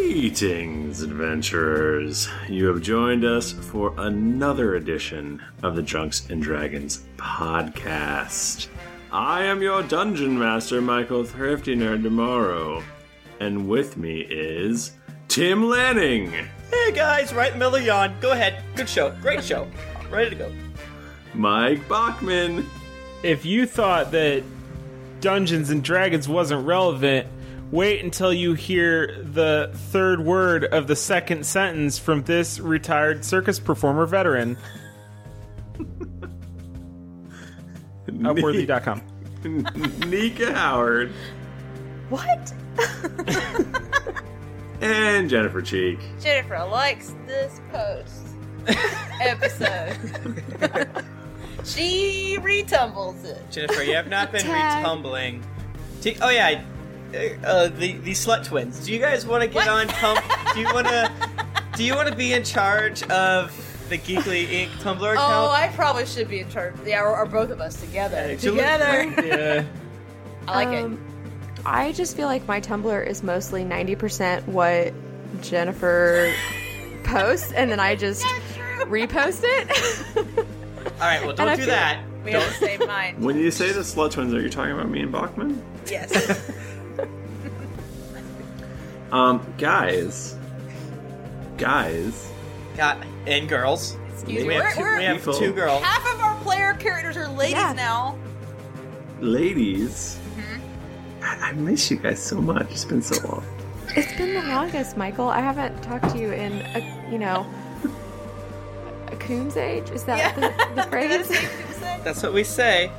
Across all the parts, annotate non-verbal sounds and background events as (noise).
Greetings, adventurers. You have joined us for another edition of the Drunks and Dragons podcast. I am your dungeon master, Michael Thrifty Nerd Tomorrow, and with me is Tim Lanning. Hey guys, right in the middle of yawn. Go ahead. Good show. Great show. Ready to go. Mike Bachman. If you thought that Dungeons and Dragons wasn't relevant, wait until you hear the third word of the second sentence from this retired circus performer veteran. (laughs) Upworthy.com. Nika Howard. What? And Jennifer Cheek. Jennifer likes this post episode. she retumbles it. Jennifer, you have (laughs) not been Tag. retumbling. T- oh yeah, I- uh, the the slut twins. Do you guys want to get on tum- (laughs) Do you want to? Do you want to be in charge of the Geekly Inc. Tumblr account? Oh, I probably should be in charge. Yeah, or, or both of us together. Actually, yeah. I like it. I just feel like my Tumblr is mostly 90% what Jennifer posts, and then I just repost it. All (laughs) right, well, I don't do feel- that. We have Don't. the same mind. When you say the slut twins, are you talking about me and Bachman? Yes. Um, guys. Guys. Got and girls. Excuse we me. have We're, 2 we're, we have people. two girls. half of our player characters are ladies Yeah. now. ladies. I-, I miss you guys so much. It's been so long. it's been the longest, Michael. I haven't talked to you in, a, you know, a coon's age? Is that the, (laughs) the Is that phrase? safe to say? That's what we say.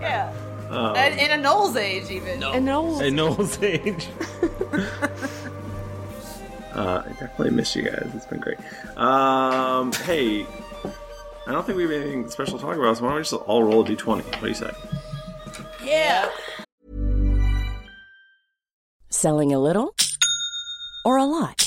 yeah. Um, And in a Noel's age, even. An old. An old age. uh, I definitely miss you guys. It's been great. Um, hey, I don't think we have anything special to talk about, so why don't we just all roll a d20? What do you say? Yeah. Selling a little or a lot?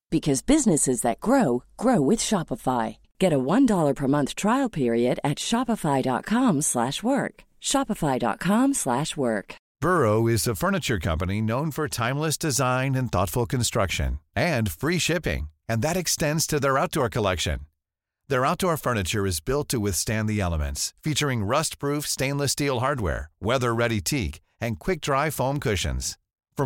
because businesses that grow grow with Shopify. Get a $1 per month trial period at shopify.com/work. slash work. shopify.com/work. slash work. Burrow is a furniture company known for timeless design and thoughtful construction and free shipping, and that extends to their outdoor collection. Their outdoor furniture is built to withstand the elements, featuring rust-proof stainless steel hardware, weather-ready teak, and quick-dry foam cushions. For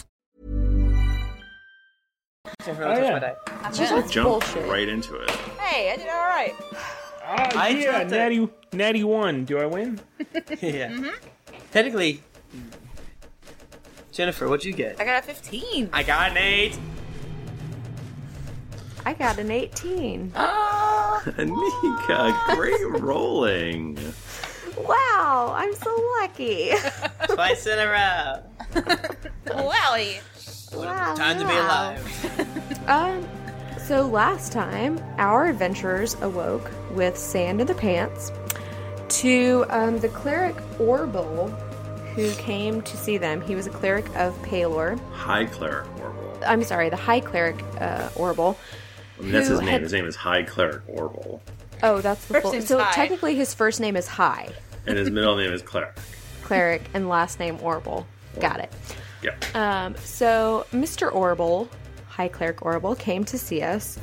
Jennifer, don't touch yeah. my die. Oh, That's Jump bullshit. right into it. (laughs) Hey, I did all right. Ah, I yeah, thought that- natty, natty one. Do I win? yeah. Technically, Jennifer, what'd you get? I got a 15. I got an eight. I got an 18. Oh. Anika, (laughs) great rolling. Wow, I'm so lucky. (laughs) Twice in a row. Wowie. (laughs) Wow, Time to be wow. alive. Um, So last time, our adventurers awoke with sand in their pants to um, the cleric Orbil, who came to see them. He was a cleric of Palor. High Cleric Orble. I'm sorry, the high cleric uh, Orbil. I mean, that's who his name. had- His name is High Cleric Orble. Oh, that's the First full. name's So High. technically, his first name is High And his middle name is Cleric. Cleric, and last name Orbil. Got it. Yeah. Um, so Mr. Orble, High Cleric Orble, came to see us,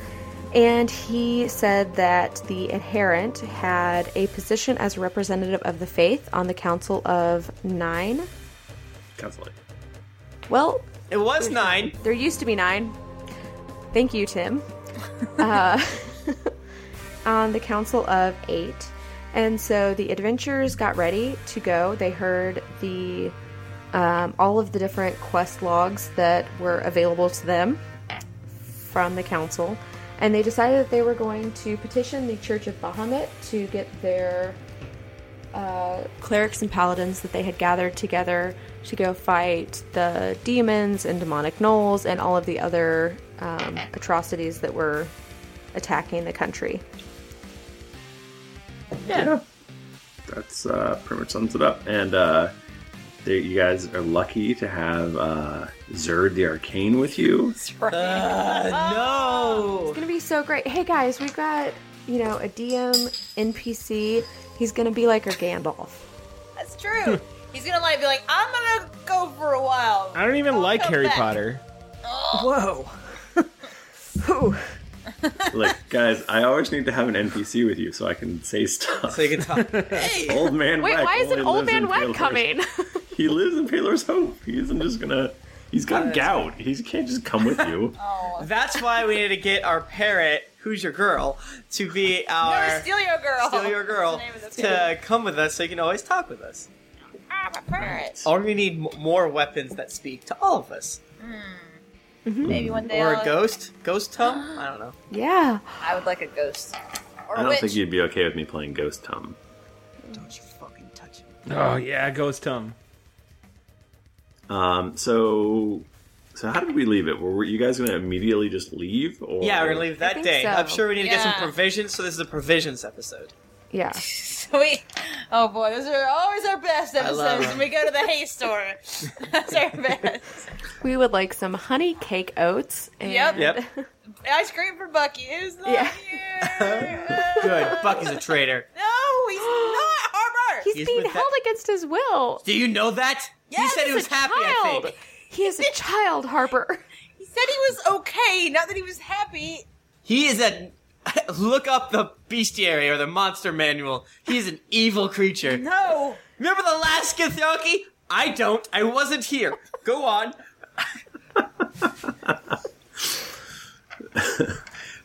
and he said that the adherent had a position as a representative of the faith on the Council of Nine. Council. Well, It was nine. there used to be nine. Thank you, Tim. uh, (laughs) on the Council of Eight. And so the adventurers got ready to go. They heard the um, all of the different quest logs that were available to them from the council, and they decided that they were going to petition the Church of Bahamut to get their uh, clerics and paladins that they had gathered together to go fight the demons and demonic gnolls and all of the other um, atrocities that were attacking the country. (laughs) That's uh, pretty much sums it up. And uh, they, you guys are lucky to have uh, Zerd the Arcane with you. Uh, No. It's gonna be so great. Hey guys, we've got you know a DM NPC. He's gonna be like our Gandalf. (laughs) That's true. He's gonna like be like, I'm gonna go for a while. I don't even I'll like come Harry (laughs) back." (gasps) Potter. Whoa. Like, guys, I always need to have an NPC with you so I can say stuff. So you (laughs) can talk. old man. Wait, Weck why is only an old lives in man Web Paler's- coming? He lives in Paler's Hope. He isn't just gonna. He's got gout. He can't just come with (laughs) you. That's why we need to get our parrot, who's your girl, to be our Or steal your girl. Steal Your girl That's the name of the to come with us so you can always talk with us. I'm a parrot. Or we need m- more weapons that speak to all of us. Hmm. Mm-hmm. Maybe one day. Or I'll- a ghost? Ghost (gasps) tongue? I don't know. yeah. I would like a ghost. Or I a don't witch. think you'd be okay with me playing Ghost Tom. Don't you fucking touch him. Oh yeah, Ghost Tum. Um. So, so how did we leave it? Were you guys gonna immediately just leave? Or Yeah, we're gonna leave that think day. so. I'm sure we need to get some Yeah. provisions, so this is a provisions episode. Yeah. (laughs) Sweet. Oh boy, those are always our best love episodes when them. we go to the (laughs) hay store. That's our best. We would like some honey cake oats. And (laughs) Yep. Yep. Ice cream for Bucky is not Yeah. here. Good. Bucky's a traitor. (gasps) no, he's not Harbor. He's, He's being with held against his will. Do you know that? Yes, he said he he's was a happy, I Child. think. He is (laughs) a child, Harper. he said he was okay, not that he was happy. He is a. (laughs) Look up the bestiary or the monster manual. He's an evil creature. No. Remember the last Githyoki? I don't. I wasn't here. Go on.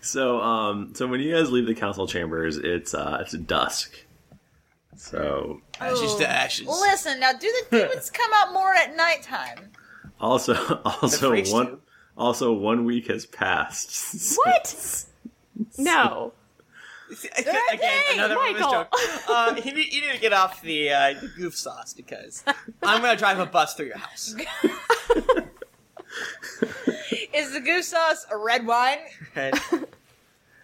So, um. So when you guys leave the council chambers, it's uh, it's dusk. So Ashes to ashes. Oh. Listen, now do the demons come out more at nighttime? (laughs) also also freaks one do. also one week has passed. So- (laughs) What? No. (laughs) Again, another one of his Michael. jokes. Uh, you, need, you need to get off the uh, goof sauce because I'm going to drive a bus through your (laughs) house. (laughs) Is the goose sauce a red wine? And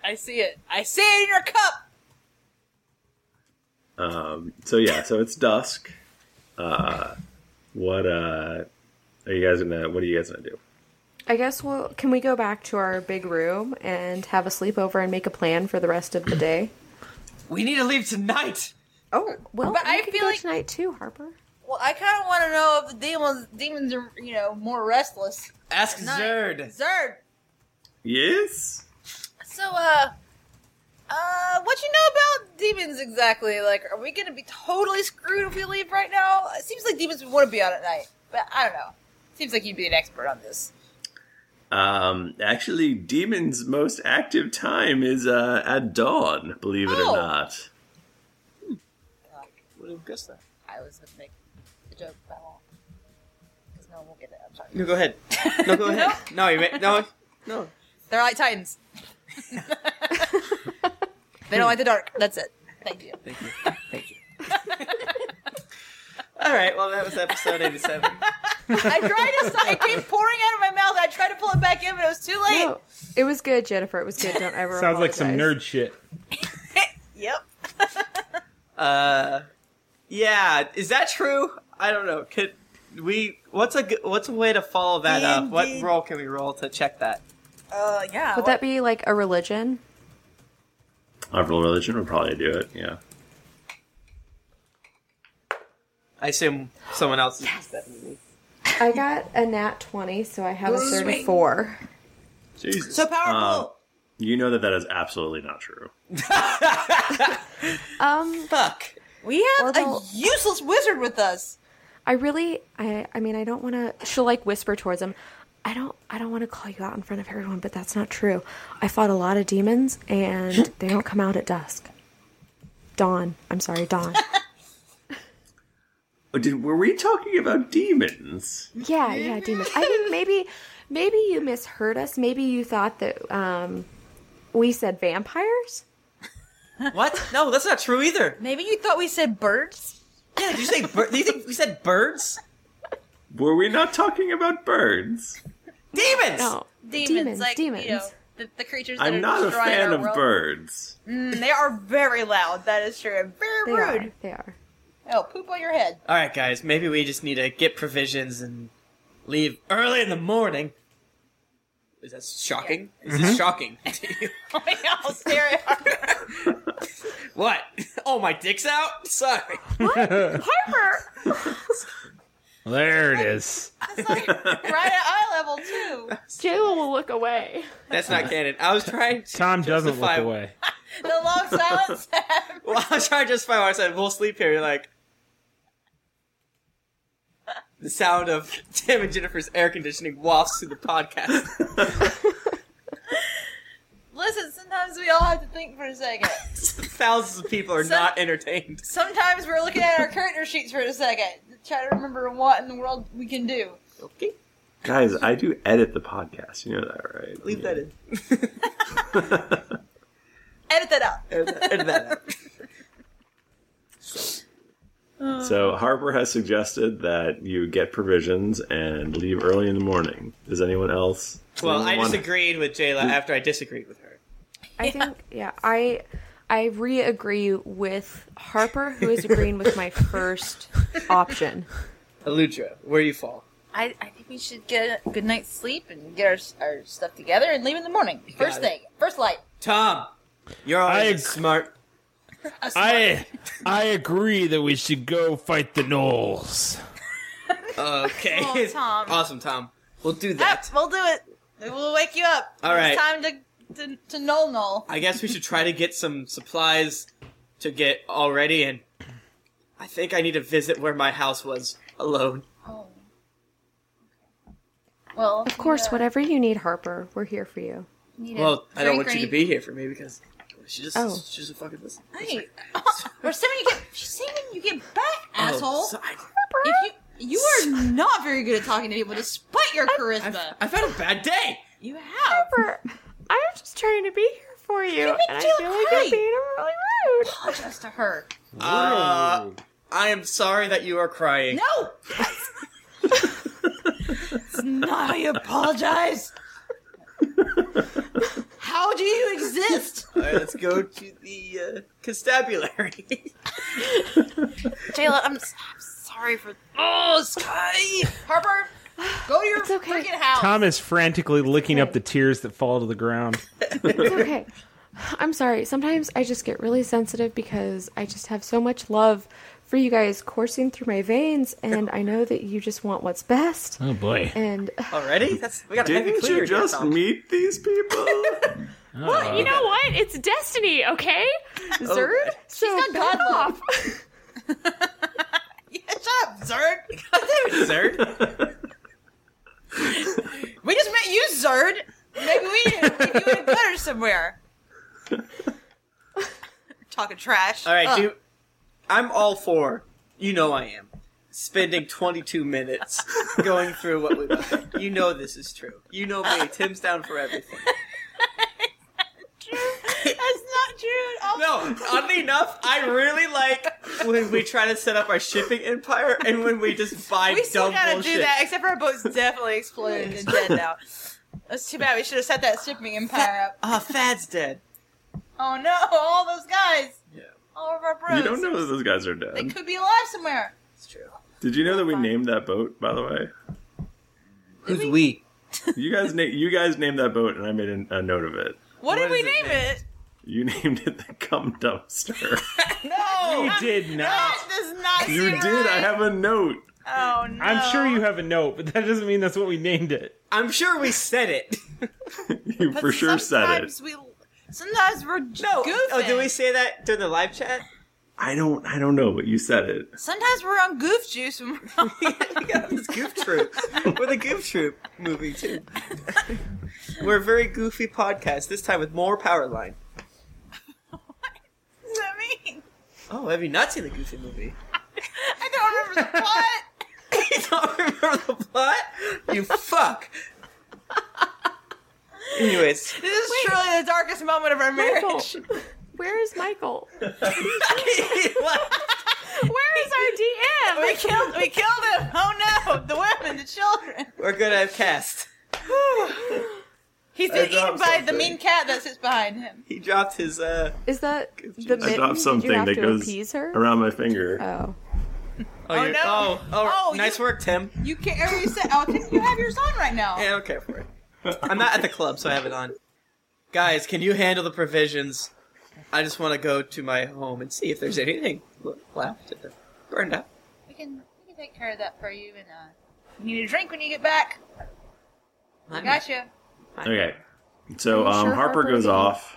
I see it. I see it in your cup. Um, so yeah, so it's dusk. Uh, what uh, are you guys gonna? What are you guys gonna do? I guess we'll. Can we go back to our big room and have a sleepover and make a plan for the rest of the day? we need to leave tonight. Oh, well, But you I can feel go like- tonight too, Harper. Well, I kind of want to know if the demons demons are you know more restless. Ask Night. Zerd. Zerd. Yes. So, uh, uh, what you know about demons exactly? Like, are we gonna be totally screwed if we leave right now? It seems like demons would want to be out at night, but I don't know. Seems like you'd be an expert on this. Um, actually, demons' most active time is uh, at dawn. Believe it Oh. or not. Would have guessed that. I was gonna make a joke, but I won't. Because no one will get it. I'm sorry. No, go ahead. No, go (laughs) ahead. no, you ma- no. No. They're like titans. they don't like the dark. That's it. Thank you. Thank (laughs) you. Thank you. All right. Well, that was episode eighty-seven. I tried to stop. It came pouring out of my mouth. I tried to pull it back in, but it was too late. No, it was good, Jennifer. It was good. Don't ever. Sounds like some apologize. nerd shit. Yep. Uh, yeah, is that true? I don't know. Could we? What's a good- what's a way to follow that up? What Indeed. roll can we roll to check that? Uh, yeah. Would that be like a religion? I have a religion would probably do it. Yeah. I assume someone else. Yes. (laughs) I got a nat twenty, so I have a thirty-four. Jesus. so powerful. Um, you know that that is absolutely not true. Um, Fuck. we have a Orville- useless wizard with us. I really, I, I mean, I don't want to. She'll like whisper towards him. I don't, I don't want to call you out in front of everyone, but that's not true. I fought a lot of demons, and they don't come out at dusk. Dawn. I'm sorry, dawn. Oh, Did were we talking about demons? Yeah, yeah, demons. I think maybe maybe you misheard us. Maybe you thought that um, we said vampires. What? No, that's not true either. Maybe you thought we said birds. Yeah, did you say? Bir- do you think we said birds? Were we not talking about birds? Demons. No, Demons, Demons, like demons. You know, the, the creatures. That are I'm not a destroying fan our of world. birds. Mm, they are very loud. That is true. And very they rude. are. They are. Oh, poop on your head. (laughs) All right, guys. Maybe we just need to get provisions and leave early in the morning. Is that shocking? Is Mm-hmm. this shocking? (laughs) to you? (laughs) I'll stare at Harper. what? Oh, my dick's out. Sorry. Harper! (laughs) There it is. It's like right at eye level, too. Jayla will look away. That's not canon. I was trying. To Tom doesn't justify- look away. The long silence. Well, I was trying to justify why I said we'll sleep here. You're like the sound of Tim and Jennifer's air conditioning wafts through the podcast. Listen, sometimes we all have to think for a second. Thousands of people are Some- not entertained. Sometimes we're looking at our character sheets for a second. to Try to remember what in the world we can do. Okay, Guys, I do edit the podcast. You know that, right? leave that in. Edit that out. Edit that- edit that out. So Harper has suggested that you get provisions and leave early in the morning. Does anyone else? Well, I anyone- disagreed with Jayla after I disagreed with her. I think. Yeah, I I re-agree with Harper, who is agreeing with my first option. Aludra, where you fall? (laughs) I, I think we should get a good night's sleep and get our, our stuff together and leave in the morning. First it. thing. First light. Tom, you're I always ag- smart. I I agree that we should go fight the gnolls. Okay, Oh, Tom. Uh, awesome, Tom. We'll do Yep, that. we'll do it. We'll wake you up. All right. It's time to, to, to null null. I guess we should try to get some supplies to get all ready, and I think I need to visit where my house was alone. Well, Of course, whatever you need, Harper, we're here for you. Well, I don't want you to be here for me because she just Oh. she just fucking listen. Hey, (laughs) we're saying you get. She's saying when you get back, asshole. Oh, so- I, If you you are not very good at talking to people, despite your I've, charisma. I've had a bad day. you have. Harper, I'm just trying to be here for you, make and I Jayla feel like you're cry. being really rude. Apologize to her. Uh, I am sorry that you are crying. No. it's not how you apologize. How do (laughs) you exist? All right, let's go to the uh, (laughs) constabulary. Jayla, I'm, s- I'm sorry for. Oh, Sky! Harper, go to your It's okay. freaking house. Tom is frantically licking up the tears that fall to the ground. It's okay. I'm sorry. Sometimes I just get really sensitive because I just have so much love for you guys coursing through my veins, and I know that you just want what's best. Oh boy. And Already? That's we gotta make it Didn't clear. you just Tom. meet these (laughs) people? Uh, well, you know what? It's destiny, okay? Zerd. Oh. So got back God love. off. Yeah, shut up, Zerd. Uh, Zerd? We just met you, Zerd. Maybe we need to get you in a gutter somewhere. (laughs) Talking (laughs) trash. All right, Ugh. dude. I'm all for. You know I am. Spending 22 (laughs) minutes going through what we went. through. You know this is true. You know me. Tim's down for everything. That's not true. at all. No, oddly enough, I really like when we try to set up our shipping empire and when we just buy we still dumb gotta bullshit. do that, except for our boat's definitely (laughs) exploded and dead now. That's too bad. We should have set that shipping empire up. Oh, Fad's dead. Oh no! All those guys. Yeah. All of our bros. You don't know that those guys are They dead. could be alive somewhere. It's true. Did you know that we named that boat, by the way? Who's we? You guys, na- you guys named that boat, and I made a, a note of it. What, did What we is it name it? You (laughs) named it the cum dumpster. No. (laughs) You (laughs) did not. That does not. you seem did. Right. I have a note. Oh no. I'm sure you have a note, but that doesn't mean that's what we named it. I'm sure we said it. (laughs) You for sure said it. Sometimes we. Sometimes we're no. No. Oh, did we say that during the live chat? I don't. I don't know, but you said it. Sometimes we're on goof juice when we're (laughs) on. (laughs) we got this goof troop. We're the goof troop movie too. (laughs) We're a very goofy podcast. This time with more power line. What does that mean? Oh, have you not seen the Goofy movie? I don't remember the plot. (laughs) you don't remember the plot? You (laughs) fuck. Anyways, This is truly the darkest moment of our marriage. Michael, (laughs) where is Michael? (laughs) what? Where is our We DM? killed. We killed him. Oh no! The women, (sighs) the children. we're gonna have cast. He's been I dropped eaten by the something. mean cat that sits behind him. He dropped his. uh... Is that the I mitten? dropped something Did you have that to goes appease her? around my finger. Oh, Oh, you're- no. Oh, oh, Oh, nice you- work, Tim. You can't. Or you said, "Oh, can you have yours on right now?" Yeah, okay for it. I'm not at the club, so I have it on. Guys, can you handle the provisions? I just want to go to my home and see if there's anything left. at the- Burned up. We can. We can take care of that for you. And uh, you need a drink when you get back. Gotcha. Okay. Are So you um, sure Harper, Harper goes didn't- off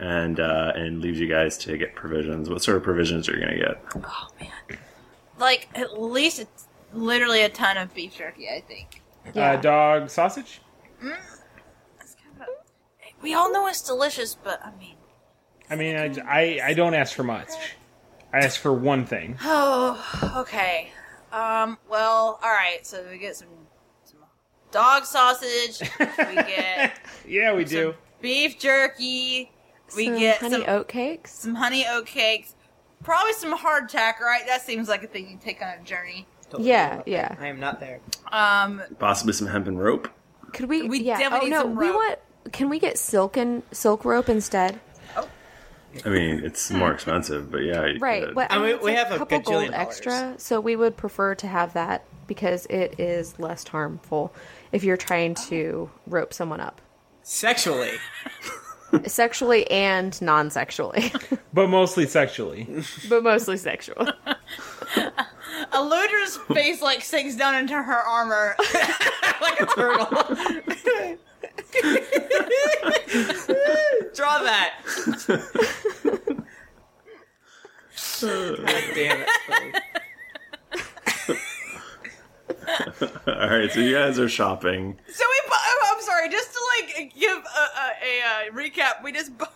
and uh, and leaves you guys to get provisions. What sort of provisions are you gonna get? Like at least it's literally a ton of beef jerky. I think. yeah. Uh, dog sausage? We all know it's delicious, but I mean, I mean, I, I, I don't ask for much. I ask for one thing. oh, (sighs) okay. Um. Well, all right. So we get some, some dog sausage. we (laughs) get Yeah, we do. beef jerky. We Some get honey some oat cakes. some honey oat cakes, probably some hardtack, right? That seems like a thing you take on a journey. Don't Yeah, worry about that. yeah. I am not there. Um, Possibly some hemp and rope. Could we? We yeah. definitely oh need no, some we rope. want. Can we get silk and silk rope instead? I mean, (laughs) it's more expensive, but yeah. you Right. could. But And we- it's we have a couple gajillion gold dollars. extra, so we would prefer to have that because it is less harmful if you're trying to rope someone (laughs) up Sexually. (laughs) sexually and non-sexually, (laughs) But mostly sexually. (laughs) but mostly sexual. (laughs) Eludra's face like sinks down into her armor. like a turtle. (laughs) Draw that. Damn it. (laughs) All right. So you guys are shopping. so we, bu- oh, I'm sorry, just to like give a, a, a, uh recap, we just (laughs) bought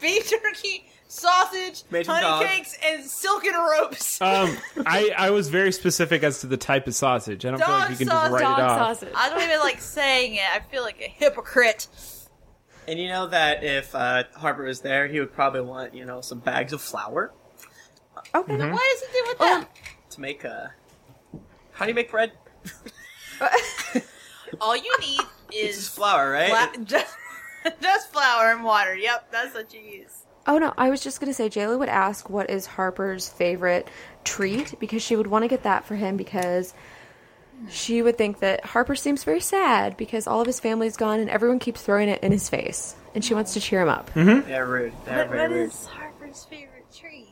beef jerky, sausage, Made from honey dog. cakes, and silken ropes. Um, I, I was very specific as to the type of sausage. I don't feel like Dog you can sauce, just write Dog it off. sausage. I don't even like saying it. I feel like a hypocrite. And you know that if uh, Harper was there, he would probably want, you know, some bags of flour Okay. Mm-hmm. Why does it do with that? to make Uh... How do you make bread? Um, All you need It's is flour, right? fla- just, (laughs) just flour and water. Yep, that's what you use. Oh no, I was just gonna say Jayla would ask what is Harper's favorite treat because she would want to get that for him because she would think that Harper seems very sad because all of his family's gone and everyone keeps throwing it in his face and she wants to cheer him up. They're rude. They're What- very what rude. is Harper's favorite treat?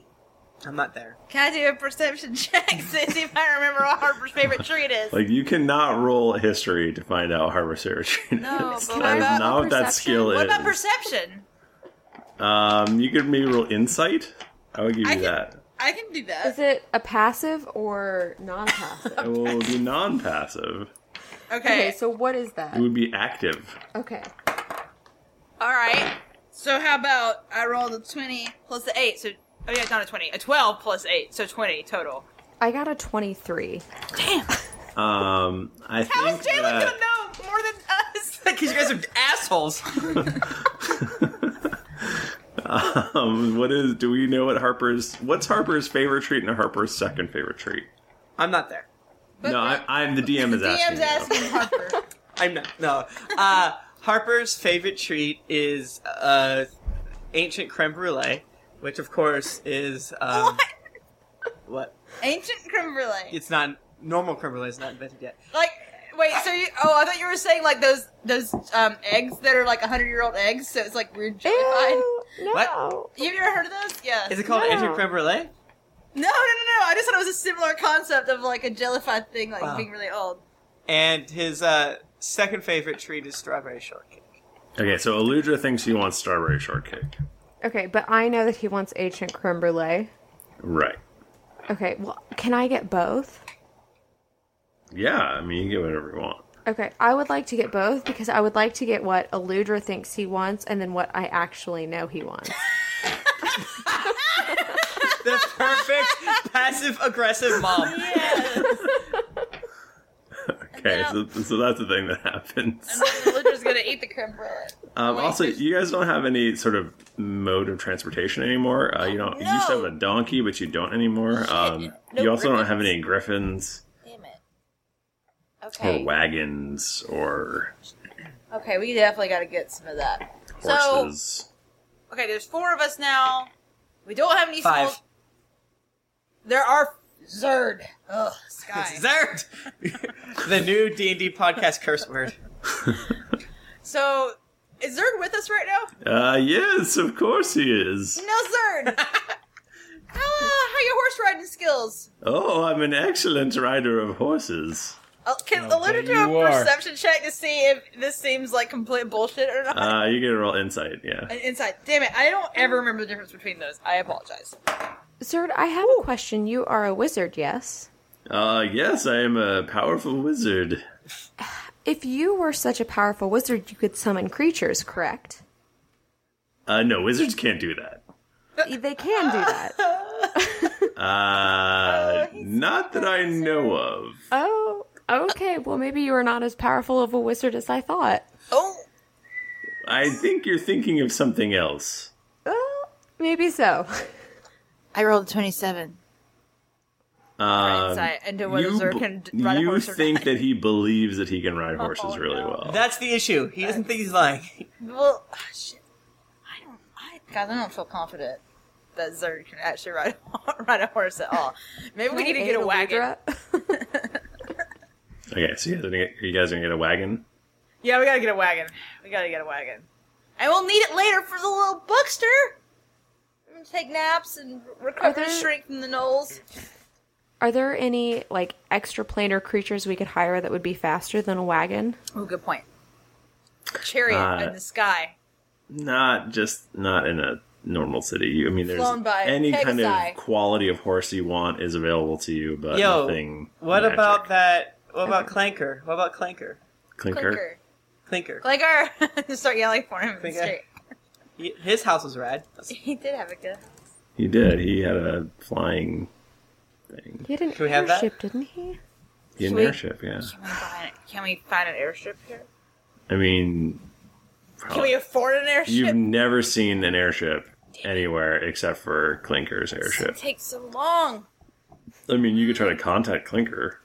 I'm not (laughs) there. Can I do a perception check (laughs) to see if I remember what Harper's favorite treat is? Like you cannot roll history to find out Harbor (laughs) Saracen. (laughs) no, but I what That is about not what that perception? skill what about is. perception? um, you could maybe roll insight. I would give you can- that. I can do Is that. it a passive or non-passive? It will be non-passive. (laughs) Okay. okay, so what is It that? would be active. Okay. All right. So how about I rolled a twenty plus the eight? So oh yeah, not a twenty, a twelve plus eight, so twenty total. I got a 23. Damn. Um, I How is think Jalen that- gonna know more than us? Because you guys are assholes. (laughs) Um, what is? Do we know what Harper's? What's Harper's favorite treat and Harper's second favorite treat? I'm not there. no, I, I'm the DM is asking. DM's asking Harper. (laughs) I'm not. No. Uh, Harper's favorite treat is uh, ancient creme brulee, which of course is um, what? Ancient creme brulee. It's not normal creme brulee. It's not invented yet. Like, wait, so you? Oh, I thought you were saying like those those um eggs that are like hundred year old eggs. So it's like weird jellified. no. What? You've never heard of those? Yeah. Is it called No. ancient creme brulee? No, no, no, no. I just thought it was a similar concept of like a jellified thing, like Wow. being really old. And his uh, second favorite treat is strawberry shortcake. Okay, so Aludra thinks he wants strawberry shortcake. Okay, but I know that he wants ancient creme brulee. Right. Okay, well, can I get both? Yeah, I mean, you can get whatever you want. Okay, I would like to get both because I would like to get what Eludra thinks he wants and then what I actually know he (laughs) wants. The perfect passive aggressive mom. Okay, so, so that's the thing that (laughs) happens. Lidra's gonna eat the creme brulee. Um, also, you guys don't have any sort of mode of transportation anymore. Uh, you don't. You used to have a donkey, but you don't anymore. Um, No you also don't have griffins. any griffins Damn it. or Okay. wagons or Okay, we definitely gotta get some of that. So, horses. okay, there's four of us now. We don't have any Five. small- There are Zerd. Ugh, (laughs) sky. Dessert. the new D and D podcast curse word. So, is Zerd with us right now? Uh, yes, of course he is. No, Zerd. Ah, how your horse riding skills? Oh, I'm an excellent rider of horses. Uh, can allude to you a are. perception check to see if this seems like complete bullshit or not? Uh, you get a roll insight. Yeah. (laughs) And Inside. Damn it, I don't ever remember the difference between those. I apologize. Zerd, I have a question. You are a wizard, yes? Uh, yes, I am a powerful wizard. If you were such a powerful wizard, you could summon creatures, correct? Uh, no, wizards can't do that. They can do that. Oh, Uh, not that I know of. Oh, okay. Well, maybe you are not as powerful of a wizard as I thought. Oh, I think you're thinking of something else. Well, maybe so. I rolled a 27. Um, insight into whether you Zerg b- can d- ride a you horse or Oh, think not. that he believes that he can (laughs) ride horses really well. That's the issue. He doesn't think he's lying. Well, ah, shit. I don't. I God, I don't feel confident that Zerg can actually ride a, (laughs) ride a horse at all. Maybe we need to get a wagon. okay, so you guys, are gonna get, you guys are gonna get a wagon? Yeah, we gotta get a wagon. We gotta get a wagon. And we'll need it later for the little buckster. We're gonna take naps and Are recover and there- shrink from the knolls. Are there any like extraplanar creatures we could hire that would be faster than a wagon? Oh, good point. Chariot Uh, in the sky. Not just not in a normal city. You, I mean, there's Flown by any kind Pegasi. of quality of horse you want is available to you, but Yo, nothing. what magic. about that? What about Clanker? What about Clanker? Clinker? Clinker. Clinker. Clinker! Just (laughs) start yelling for him in the Clinker. street. He- His house was rad. That's- He did have a good. He did. He had a flying thing. He had an we have that? airship, didn't he? He had an Sweet. airship. Yeah. Can we find- Can we find an airship here? I mean, Can we afford an airship? You've never seen an airship anywhere except for Clinker's It airship. takes so long. I mean, you could try to contact Clinker.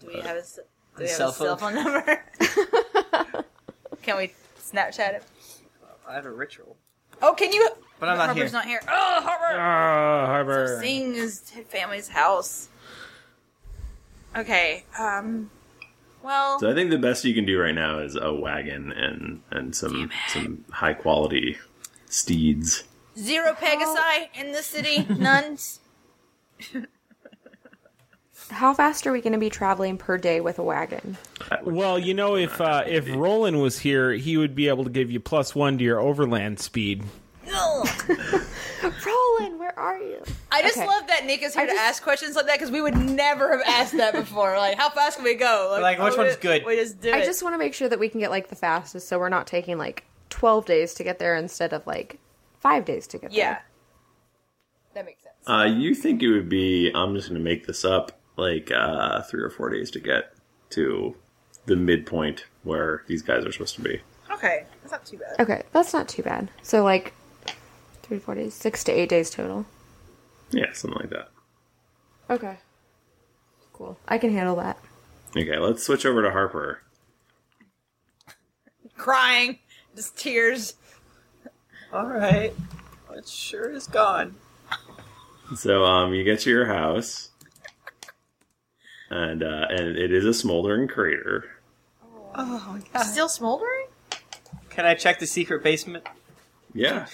Do Uh, we have a, s- do we have Cell a cell phone phone. (laughs) number? Can we Snapchat it? I have a ritual, Oh, can you? but I'm not Harper's here. not here. Oh, Harper! Ah, Harbor. Seeing his family's house. Okay. Um. Well, So I think the best you can do right now is a wagon and and some some high quality steeds. zero Pegasi in the city. (laughs) None. How fast are we going to be traveling per day with a wagon? Well, you know, if uh, if Roland was here, he would be able to give you plus one to your overland speed. Ugh. Roland, where are you? I just Okay. love that Nick is here I to just- ask questions like that because we would never have asked that before. Like, how fast can we go? Like, which oh, we- one's good? We just do it. I just want to make sure that we can get like the fastest, so we're not taking like twelve days to get there instead of like five days to get Yeah. there. That makes sense. Uh, you think it would be? I'm just going to make this up. Like uh, three or four days to get to the midpoint where these guys are supposed to be. Okay, that's not too bad. Okay, that's not too bad. So like three, four days, six to eight days total. Yeah, something like that. Okay. Cool. I can handle that. Okay, let's switch over to Harper. Crying, just tears. All right. It sure is gone. So um, you get to your house, and uh, and it is a smoldering crater. Oh my god. Still smoldering? Can I check the secret basement? Yeah.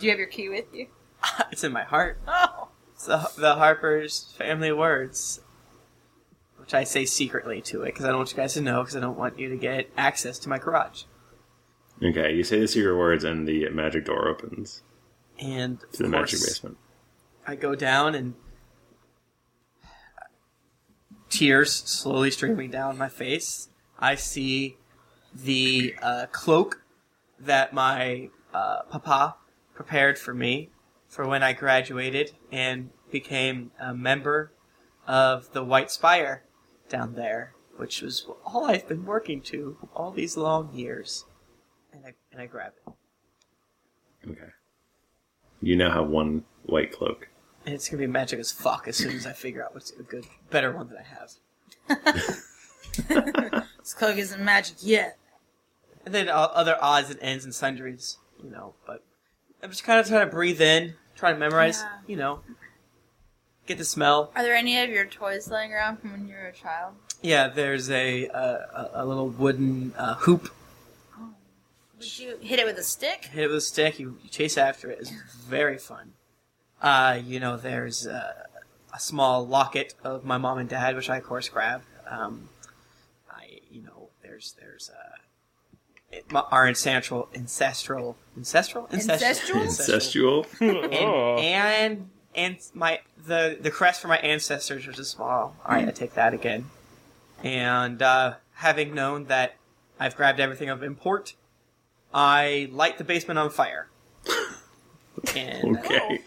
Do you have your key with you? (laughs) It's in my heart. Oh. It's the, the Harper's family words, which I say secretly to it because I don't want you guys to know because I don't want you to get access to my garage. Okay, you say the secret words, and the magic door opens And of to the magic course, basement. I go down and tears slowly streaming down my face. I see the uh, cloak that my uh, papa prepared for me for when I graduated and became a member of the White Spire down there, which was all I've been working to all these long years. And I, and I grab it. Okay. You now have one white cloak. And it's gonna be magic as fuck as soon as I figure out what's a good, better one that I have. This cloak isn't magic yet. And then uh, other odds and ends and sundries, you know. But I'm just kind of trying to breathe in, try to memorize, Yeah. you know, get the smell. Are there any of your toys laying around from when you were a child? Yeah, there's a uh, a, a little wooden uh, hoop. Would you hit it with a stick? Hit it with a stick. You, you chase after it. It's very fun. Uh, you know, there's uh, a small locket of my mom and dad, which I of course grab. Um, I, you know, there's there's uh, it, my, our ancestral ancestral ancestral Ancestral? Incestual. Oh. and, and and my the the crest for my ancestors which is small. All right, I take that again. And uh, having known that I've grabbed everything of import, I light the basement on fire. and okay.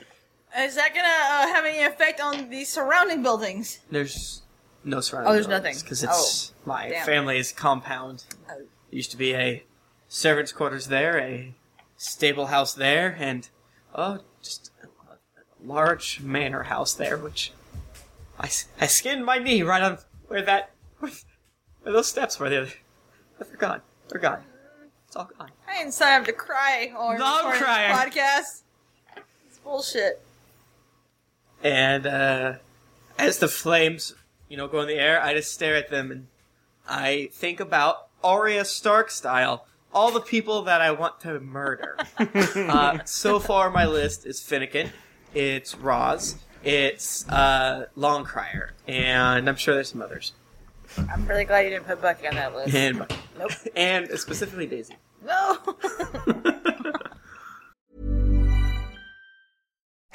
Is that gonna uh, have any effect on the surrounding buildings? there's no surrounding. Oh, there's nothing. Oh, because it's my damn. family's compound. Oh. used to be a servants' quarters there, a stable house there, and oh, just a large manor house there, which I, s- I skinned my knee right on where that where those steps were. They're, they're gone. They're gone. It's all gone. I didn't sign up to cry or No, I'm record this crying. podcast. It's bullshit. And uh, as the flames, you know, go in the air, I just stare at them and I think about Arya Stark style. All the people that I want to murder. uh, so far, my list is Finnegan, it's Roz, it's uh, Longcrier, and I'm sure there's some others. I'm really glad you didn't put Bucky on that list. And, Nope. (laughs) and specifically Daisy. No.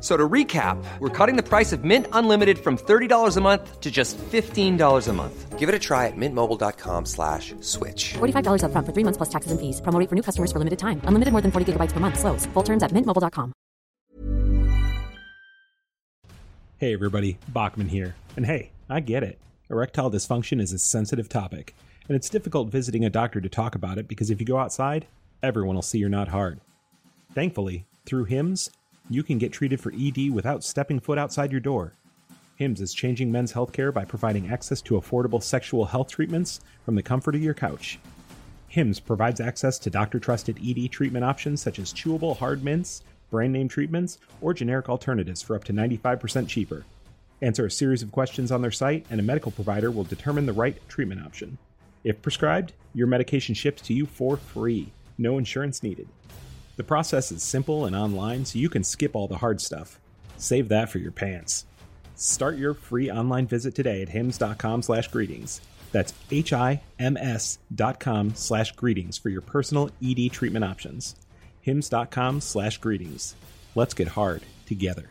So to recap, we're cutting the price of Mint Unlimited from $30 a month to just $15 a month. Give it a try at mintmobile.com slash switch. $45 upfront for three months plus taxes and fees. Promo rate for new customers for limited time. Unlimited more than 40 gigabytes per month. Slows. Full terms at mintmobile.com. Hey, everybody, Bachman here. And hey, I get it. Erectile dysfunction is a sensitive topic, and it's difficult visiting a doctor to talk about it because if you go outside, everyone will see you're not hard. Thankfully, through HIMS, you can get treated for ED without stepping foot outside your door. HIMS is changing men's healthcare by providing access to affordable sexual health treatments from the comfort of your couch. HIMS provides access to doctor trusted ED treatment options such as chewable hard mints, brand name treatments, or generic alternatives for up to 95% cheaper. Answer a series of questions on their site, and a medical provider will determine the right treatment option. If prescribed, your medication ships to you for free, no insurance needed. The process is simple and online, so you can skip all the hard stuff. Save that for your pants. Start your free online visit today at hims.com slash greetings. That's H-I-M-S dot com slash greetings for your personal ED treatment options. hims.com slash greetings. Let's get hard together.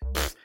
Pfft,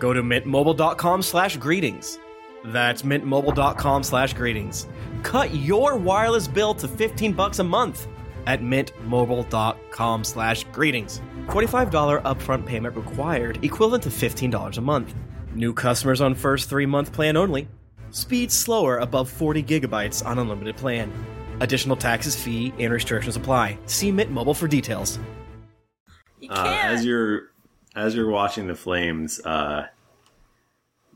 go to mintmobile.com slash greetings. That's mintmobile.com slash greetings. Cut your wireless bill to 15 bucks a month at mintmobile.com slash greetings. $45 upfront payment required, equivalent to $15 a month. New customers on first three-month plan only. Speed slower above 40 gigabytes on unlimited plan. Additional taxes, fee, and restrictions apply. See Mint Mobile for details. Uh, as you're as you're watching the flames, uh,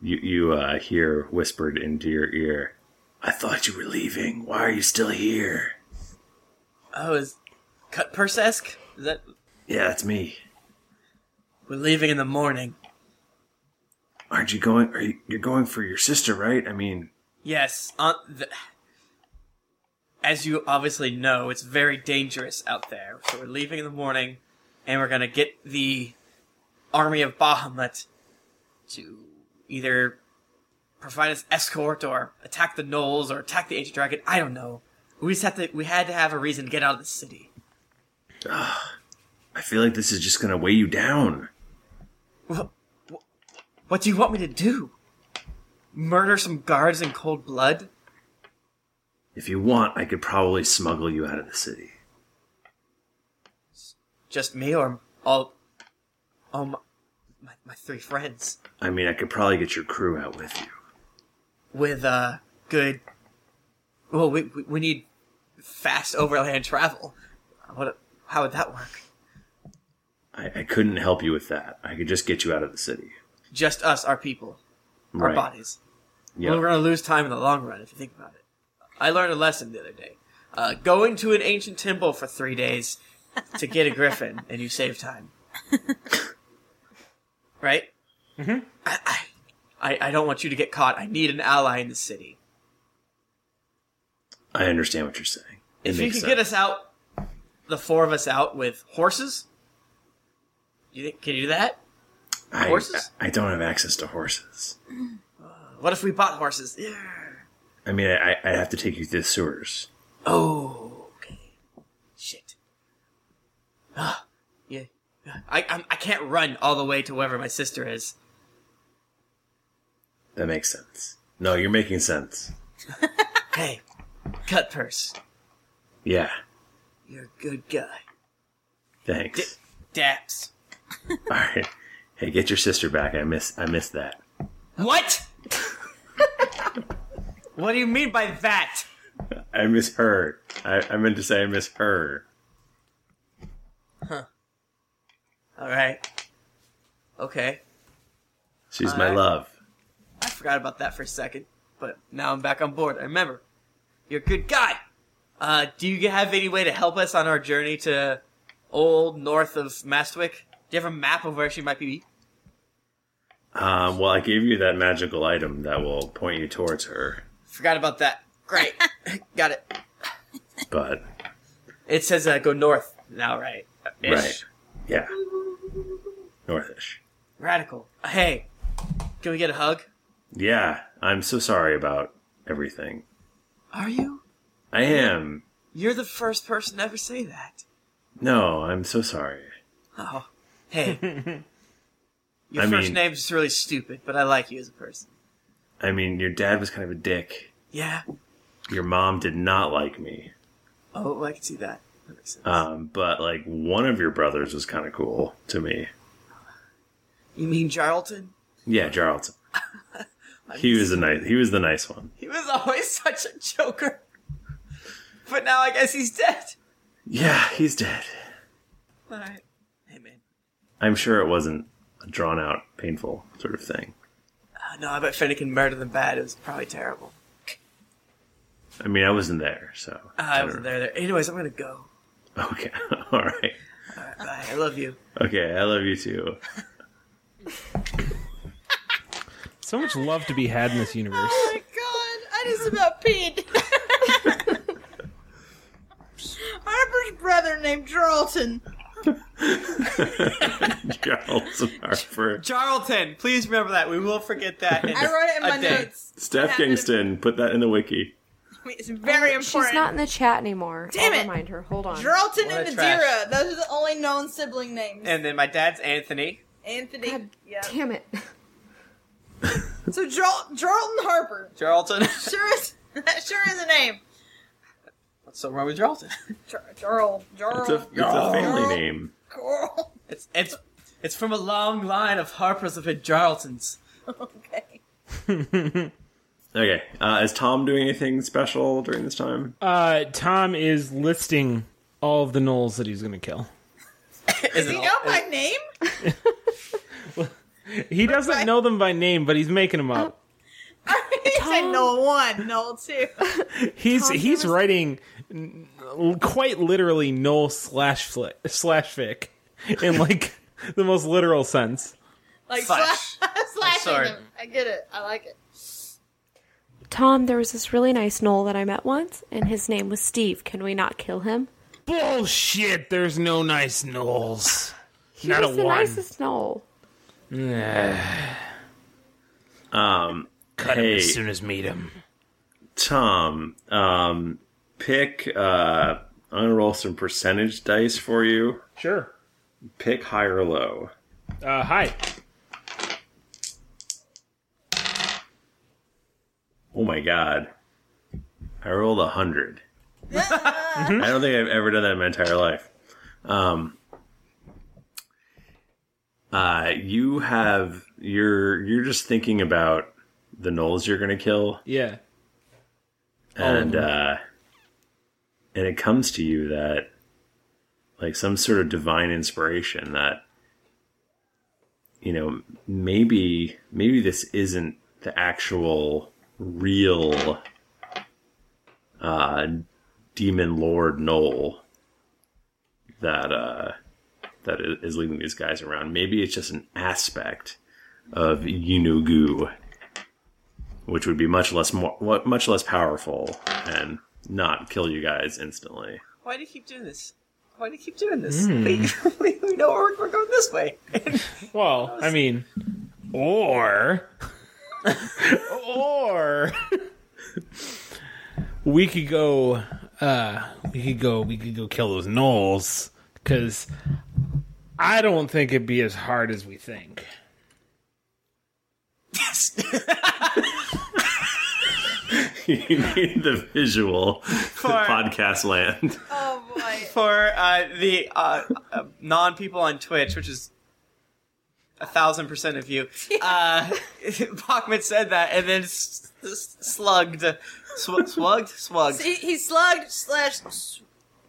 you you uh, hear whispered into your ear, "I thought you were leaving. Why are you still here?" Oh, is cut purse esque? Is that Yeah, it's me. we're leaving in the morning? Aren't you going? Are you, you're going for your sister, right? I mean, Yes. On the, as you obviously know, it's very dangerous out there. So we're leaving in the morning, and we're gonna get the army of Bahamut to either provide us escort or attack the gnolls or attack the ancient dragon. I don't know. We just have to. We had to have a reason to get out of the city. I feel like this is just gonna weigh you down. What do you want me to do? Murder some guards in cold blood? If you want, I could probably smuggle you out of the city. Just me or all? all my, my, my three friends. I mean, I could probably get your crew out with you. with uh good well we we- we need fast overland travel what how would that work I, I couldn't help you with that. I could just get you out of the city. just us our people our Right. bodies Yeah. we're gonna lose time in the long run if you think about it i learned a lesson the other day uh, going to an ancient temple for three days to get a (laughs) griffin and you save time right mm-hmm. I, I, I don't want you to get caught i need an ally in the city I understand what you're saying. It if you makes could sense. get us out, the four of us out with horses, you think, can you do that? I, horses? I don't have access to horses. What if we bought horses? Yeah. I mean, I, I have to take you through the sewers. Oh, okay. Shit. Ah, yeah. I I'm, I can't run all the way to wherever my sister is. That makes sense. No, you're making sense. Hey, cut purse. Yeah, You're a good guy. thanks. Daps. (laughs) All right. Hey, get your sister back. I miss I miss that. What? what do you mean by that? I miss her. I, I meant to say I miss her. Huh. All right. Okay. She's my Alright. love. I forgot about that for a second, but now I'm back on board. I remember. You're a good guy. Uh, do you have any way to help us on our journey to old north of Mastwick? Do you have a map of where she might be? Um, well, I gave you that magical item that will point you towards her, Forgot about that. Great. Got it. but It says uh, go north now, right? Ish. right, yeah, northish. Radical. Hey, can we get a hug? Yeah, I'm so sorry about everything. Are you? I am. You're the first person to ever say that. No, I'm so sorry. Oh, (laughs) hey. Your I first mean- name's just really stupid, but I like you as a person. I mean, your dad was kind of a dick. Yeah. Your mom did not like me. Oh, I can see that. That makes sense. Um, but like one of your brothers was kind of cool to me. You mean Charlton? Yeah, (laughs) Jarlton. he was the nice. He was the nice one. He was always (laughs) such a joker. But now I guess he's dead. Yeah, he's dead. All right. I'm sure it wasn't a drawn out, painful sort of thing. Uh, no, I bet Finnegan murdered them bad. It was probably terrible. I mean, I wasn't there, so Uh, I wasn't there, there. Anyways, I'm gonna go. (laughs) okay, all right, All right, bye. I love you. okay. I love you (laughs) too. So much love to be had in this universe. Oh my god, I just about (laughs) peed. Harper's brother named Charlton. Jarlton Harper. Charlton, please remember that. We will forget that. In (laughs) I wrote it in a my day. notes. Steph Kingston, put that in the wiki. It's very important. Uh, She's not in the chat anymore. Damn I'll it. remind her. Hold on. Charlton What and a trash. Nadira. Those are the only known sibling names. And then my dad's Anthony. Anthony. yeah. Damn it. So Jarl- Jarlton Harper. Charlton. Sure is (laughs) that sure is a name. (laughs) What's so wrong with Charlton? Jar- Jarl. Jarl. It's a, (laughs) it's a family name. Jarl. (laughs) It's it's it's from a long line of Harpers of Jarltons. Okay. Okay. Uh, is Tom doing anything special during (sighs) this time? Uh, Tom is listing all of the gnolls that he's going to kill. Does he know my name? He doesn't know them by name, but he's making them up. (laughs) he said no one, no two. He's he's writing n- quite literally no slash flick, slash fic in like (laughs) the most literal sense. Like Slash. slash, (laughs) slashing sorry. them. I get it. I like it. Tom, there was this really nice knoll that I met once, and his name was Steve. Can we not kill him? Bullshit! There's no nice gnolls. He was the nicest knoll. Um, Cut hey, as meet him. Tom, um, pick. Uh, I'm gonna roll some percentage dice for you. Sure. Pick high or low. Uh, hi. Oh my god, I rolled a hundred. I don't think I've ever done that in my entire life. Um, uh, you have you're you're just thinking about the gnolls you're gonna kill. Yeah. and Um, uh, and it comes to you that like some sort of divine inspiration that you know maybe maybe this isn't the actual real uh, demon lord Knoll that uh, that i- is leading these guys around. Maybe it's just an aspect of Yunugu, which would be much less more, much less powerful and not kill you guys instantly. (laughs) (laughs) Why do you keep doing this? Why do you keep doing this? (laughs) We, we know we're, we're going this way. (laughs) well, I mean, or or we could go. uh We could go. We could go kill those gnolls because I don't think it'd be as hard as we think. (laughs) you need the visual (laughs) podcast land. Oh boy. (laughs) For uh, the uh, uh, non people on Twitch, which is a thousand percent of you, uh, (laughs) Bachman said that and then s- s- slugged, sw- slugged, slugged, See, he slugged slash. s-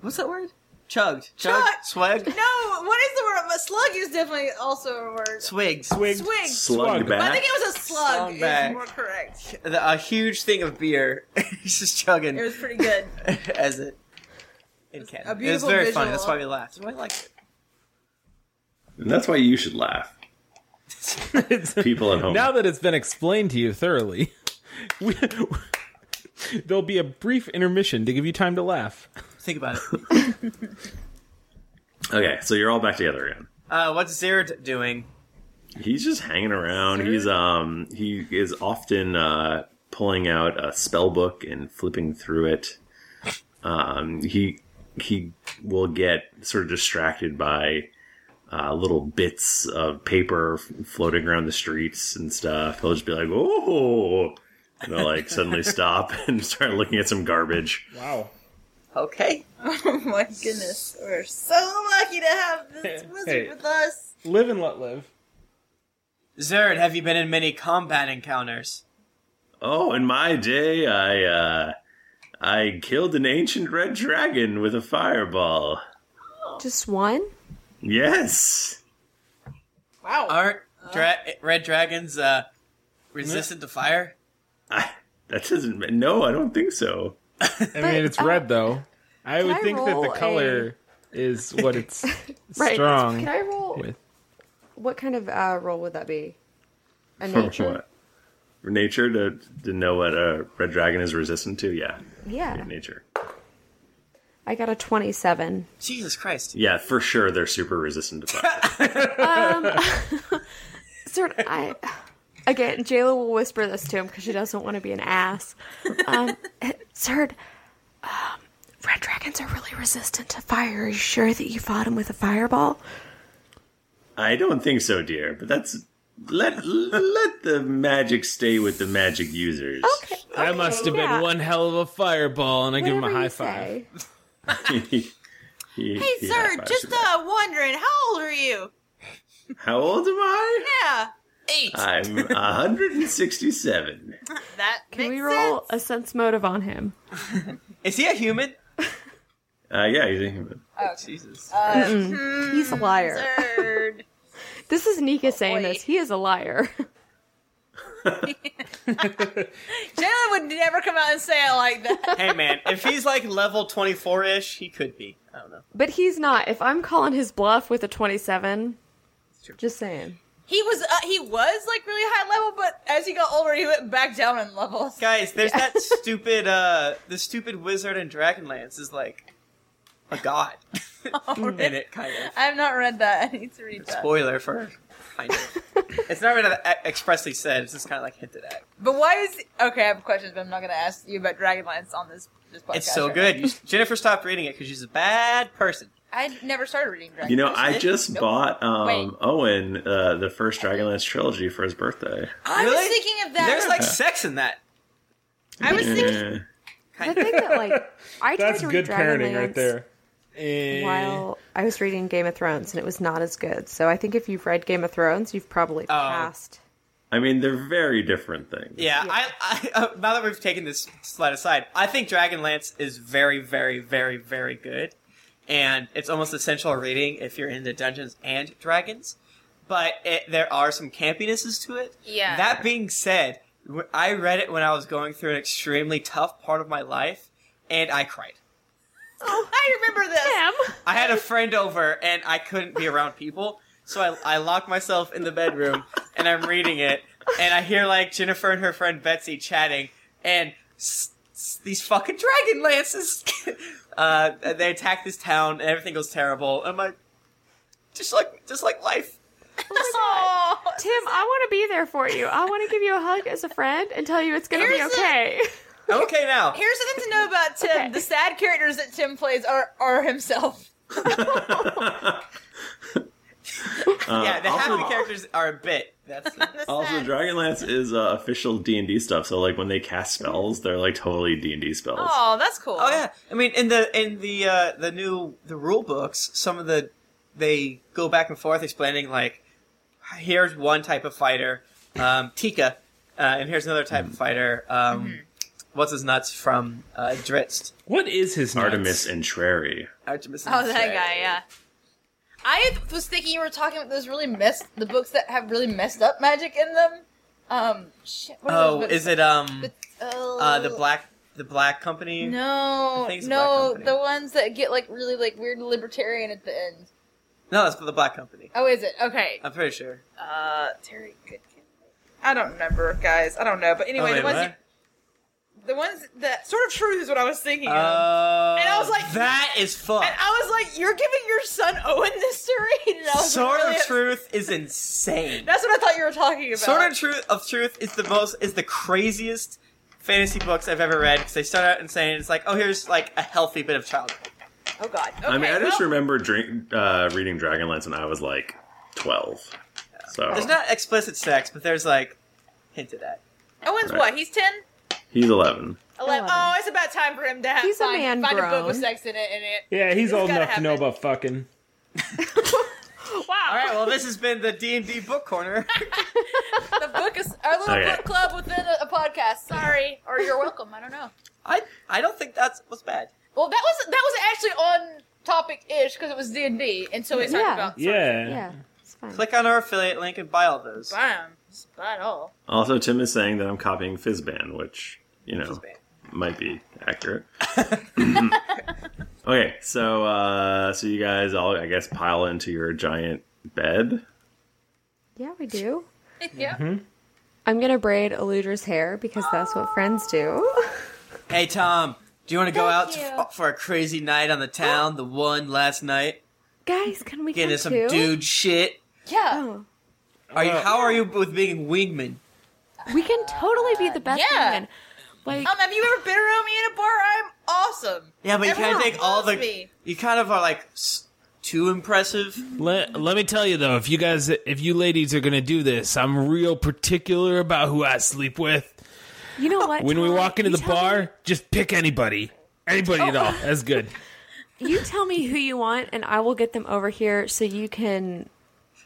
What's that word? chugged, chugged, swagged, No, what is the word? A slug is definitely also a word. swigged, Swig. Slugged But I back. think it was a slug. Slung Is back. more correct. The- a huge thing of beer. (laughs) He's just chugging It was pretty good. (laughs) as it. In Canada. a it was beautiful very visual. funny. That's why we laughed. That's why I liked it. And that's why you should laugh. People at home. Now that it's been explained to you thoroughly, (laughs) we, there'll be a brief intermission to give you time to laugh. Think about it. Okay, so you're all back together again. Uh, what's Zerd doing? He's just hanging around. He's um he is often uh pulling out a spell book and flipping through it. Um he he will get sort of distracted by uh, little bits of paper f- floating around the streets and stuff. He'll just be like, "Oh," and they'll like (laughs) suddenly stop and start looking at some garbage. Wow. Okay. (laughs) Oh my goodness. We're so lucky to have this wizard Hey. with us. Live and let live. Zerd, have you been in many combat encounters? Oh, in my day, I uh, I killed an ancient red dragon with a fireball. Just one? Yes. Wow. Aren't dra- red dragons uh, resistant to fire? That doesn't. ma- No, I don't think so. I mean, it's red though. I can would I think that the roll a- color is what it's (laughs) Right. strong. Can I roll? with. What kind of uh, roll would that be? A For nature? what? For nature to to know what a red dragon is resistant to. Yeah. Yeah. Yeah, nature. I got a 27. Jesus Christ. Yeah, for sure they're super resistant to (laughs) fire. Uh. Um, (laughs) Sort of, I again, Jayla will whisper this to him because she doesn't want to be an ass. Um, Sir, um, red dragons are really resistant to fire. Are you sure that you fought him with a fireball? I don't think so, dear. But that's let l- let the magic stay with the magic users. That must have yeah. been one hell of a fireball, and I give him a Whatever high you five. say. (laughs) He- he- Hey, he sir, high-fives just you back. uh, wondering, how old are you? How old am I? Yeah. Eight. I'm 167. that Can makes we roll sense. a sense motive on him? (laughs) Is he a human? Uh, yeah, he's a human. (laughs) Oh, Jesus. Uh, Uh, hmm, Mm-mm. He's a liar. Third. (laughs) This is Oh, Nika saying this. He is a liar. (laughs) Jalen would never come out and say it like that. (laughs) (laughs) hey, man, if he's like level 24 ish, he could be. I don't know. But he's not. If I'm calling his bluff with a 27, just saying. He was uh, he was like really high level, but as he got older, he went back down in levels. Guys, there's that stupid, uh, the stupid wizard in Dragonlance is like a god (laughs) in it, kind of. I've not read that. (laughs) I need to read that. Spoiler for kind of. it's not really e-, expressly said, it's just kind of like hinted at. But why is okay? I have questions, but I'm not going to ask you about Dragonlance on this this podcast. It's so right good. You, Jennifer stopped reading it because she's a bad person. now. I never started reading Dragonlance. You know, I just Nope. bought Wait. um, Owen uh, the first Dragonlance trilogy for his birthday. I was Really? thinking of that. There's like sex in that. I was thinking. The Yeah. thing that, (laughs) like, I tried That's to good read parenting right Dragonlance there. Eh. While I was reading Game of Thrones, and it was not as good. So I think if you've read Game of Thrones, you've probably Oh. (laughs) passed. I mean, they're very different things. Yeah, I, I uh, now that we've taken this slight aside, I think Dragonlance is very, very, very, very good, and it's almost essential reading if you're into Dungeons and Dragons. But it, there are some campinesses to it. Yeah. That being said, w- I read it when I was going through an extremely tough part of my life, and I cried. (laughs) Oh, I remember this. I had a friend over and I couldn't be around people, so I, I locked myself in the bedroom and I'm reading it, and I hear like Jennifer and her friend Betsy chatting, and s- these fucking dragon lances. (laughs) uh, and they attack this town, and everything goes terrible. And my just like just like life. Oh (laughs) Tim, I want to be there for you. I want to give you a hug as a friend and tell you it's going to be Here's the- okay. Okay, (laughs) now. Here's the thing to know about Tim: the sad characters that Tim plays are are himself. (laughs) yeah, the also- happy characters are a bit. That's Also, Dragonlance is uh, official D and D stuff. So, like when they cast spells, they're like totally D and D spells. Hmm. Oh, that's cool. Oh yeah, I mean in the in the uh, the new the rule books, some of the they go back and forth explaining like here's one type of fighter, um, Tika, uh, and here's another type of fighter. Um, Mm-hmm. What's his nuts from uh, Dritz? What is his Artemis and Trary? Artemis. Oh, that guy, yeah. I was thinking you were talking about those really messed the books that have really messed up magic in them. Um, shit. What are Oh, those is books? it um Oh. uh, the black the black company? No, I think it's no, Black Company. the ones that get like really like weird libertarian at the end. No, that's the black company. Oh, is it okay? I'm pretty sure. Uh, Terry Goodkin. I don't remember, guys. I don't know, but anyway, Oh, wait, the ones what? you- the ones that sort of truth is what I was thinking. of. Uh, and I was like, that is fun. And I was like, "You're giving your son Owen this to read." And I was Sword really of Truth is insane. That's what I thought you were talking (laughs) about. Sword of Truth of Truth is the most is the craziest fantasy books I've ever read because they start out insane. It's like, oh, here's like a healthy bit of childhood. Oh God. I mean, I just remember drink, uh, reading Dragonlance when I was like twelve. So There's not explicit sex, but there's like hinted at. Owen's Right. what? He's 10? he's eleven. 11. Oh, it's about time for him to have He's a man find, find a book grown. with sex in it. In it. Yeah, he's It's old gotta enough to know about fucking. happen. All right, well, this has been the D and D book (laughs) corner. the book is our little Okay. book club within a, a podcast. Sorry, or you're welcome. I don't know. I I don't think that's was bad. Well, that was that was actually on topic ish because it was D and D, and so we talked about Yeah. Click on our affiliate link and buy all those. bam, spot all. Also, Tim is saying that I'm copying Fizban, which you know might be accurate. (laughs) okay, so uh, so you guys all I guess pile into your giant bed. yeah, we (laughs) do. yeah. Mm-hmm. I'm going to braid Eludra's hair because that's what friends do. Hey Tom, do you want to go out f- for a crazy night on the town? the one last night, Guys, can we get come into some too? Oh, dude shit. Yeah. Are you? How are you with being wingman? We can totally be the best yeah. women. Like, Um, have you ever been around me in a bar? I'm awesome. Yeah, but you kind of Everyone take all loves the. me. (laughs) You kind of are like s- too impressive. Let, let me tell you though, if you guys, if you ladies are gonna do this, I'm real particular about who I sleep with. you know (laughs) what? When we Tom? walk into You the tell bar, just pick anybody, anybody at all. That's good. me- you tell me who you want, and I will get them over here so you can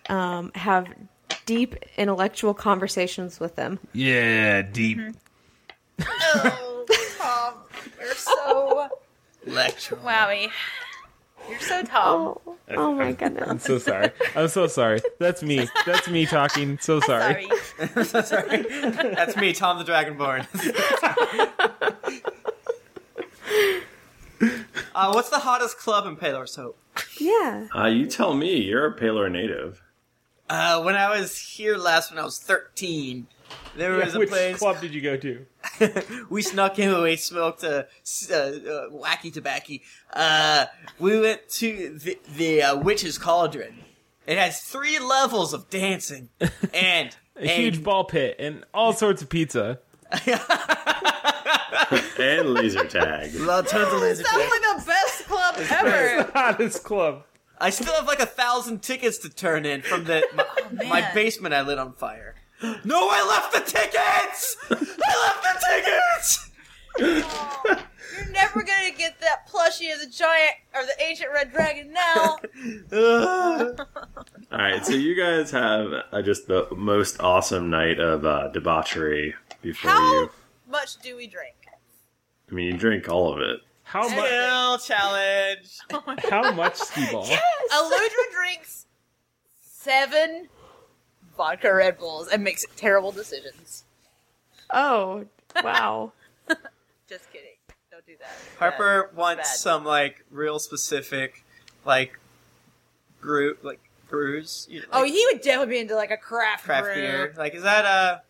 um, have deep intellectual conversations with them. Yeah, deep. Mm-hmm. Oh, Tom, you're so Lecture. wowie. You're so Tom. Oh my goodness. I'm so sorry. I'm so sorry. That's me. That's me talking. So sorry. Sorry, (laughs) that's me, Tom the Dragonborn. (laughs) uh, what's the hottest club in Pelor's Hope? Yeah. Uh, you tell me, you're a Palor native. Uh, when I was here last, when I was thirteen, there was a Which place club did you go to? (laughs) we snuck in. We smoked uh, s- uh, uh, wacky tobacco. Uh, we went to the, the uh, witch's cauldron. It has three levels (laughs) of dancing and A huge ball pit and all sorts of pizza. and laser tag. (laughs) Love tons of laser It's definitely the best club (laughs) ever. Hottest club. I still have like a thousand tickets to turn in from the (laughs) my, Oh, my basement I lit on fire. No, I left the tickets. I left the tickets. You're never gonna get that plushie of the giant or the ancient red dragon now. All right, so you guys have uh, just the most awesome night of uh, debauchery before you. much do we drink? I mean, you drink all of it. How much? Skill challenge. Oh How much skee ball? (laughs) Aludra drinks seven vodka Red Bulls and makes terrible decisions. Oh, wow. (laughs) Just kidding. Don't do that. Harper wants bad. some like real specific, like brew, like brews. You know, Oh, like he would definitely be into like a craft, craft Oh, brew. beer. Like, is that a?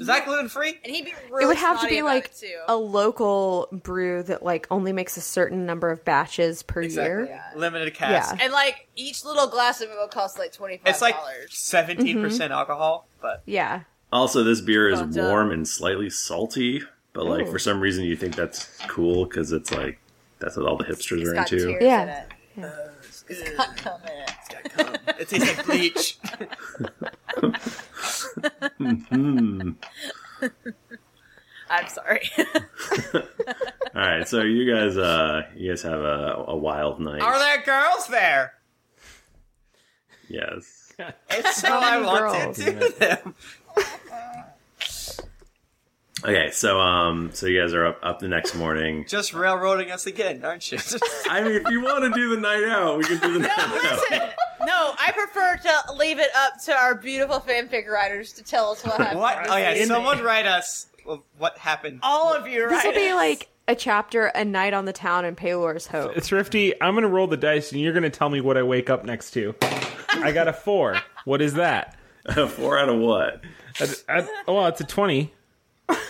Is that gluten free? And he'd be it really would have to snotty be about like it, too. a local brew that like only makes a certain number of batches per year. Limited cast. Yeah. and like each little glass of it will cost like twenty five It's like dollars. 17% percent alcohol, but Yeah. Also, this beer is Well done. warm and slightly salty, but like Ooh. for some reason you think that's cool because it's like that's what all the hipsters are into. Yeah. Uh, It's got cum in it. it tastes like bleach. (laughs) Mhm. I'm sorry. All right, so you guys, uh, you guys have a, a wild night. Are there girls there? (laughs) Yes. It's so How I many wanted to them. Okay, so um, so you guys are up up the next morning. Just railroading us again, aren't (laughs) you? (laughs) I mean, if you want to do the night out, we can do the night out. (laughs) No, I prefer to leave it up to our beautiful fanfic writers to tell us what happened. What? Oh yeah, someone write us of what happened. All of you, This right? will be like a chapter, a night on the town, and Paylor's (laughs) hope. Thrifty, I'm going to roll the dice and you're going to tell me what I wake up next to. I got a four. What is that? A four out of what? well, it's a 20.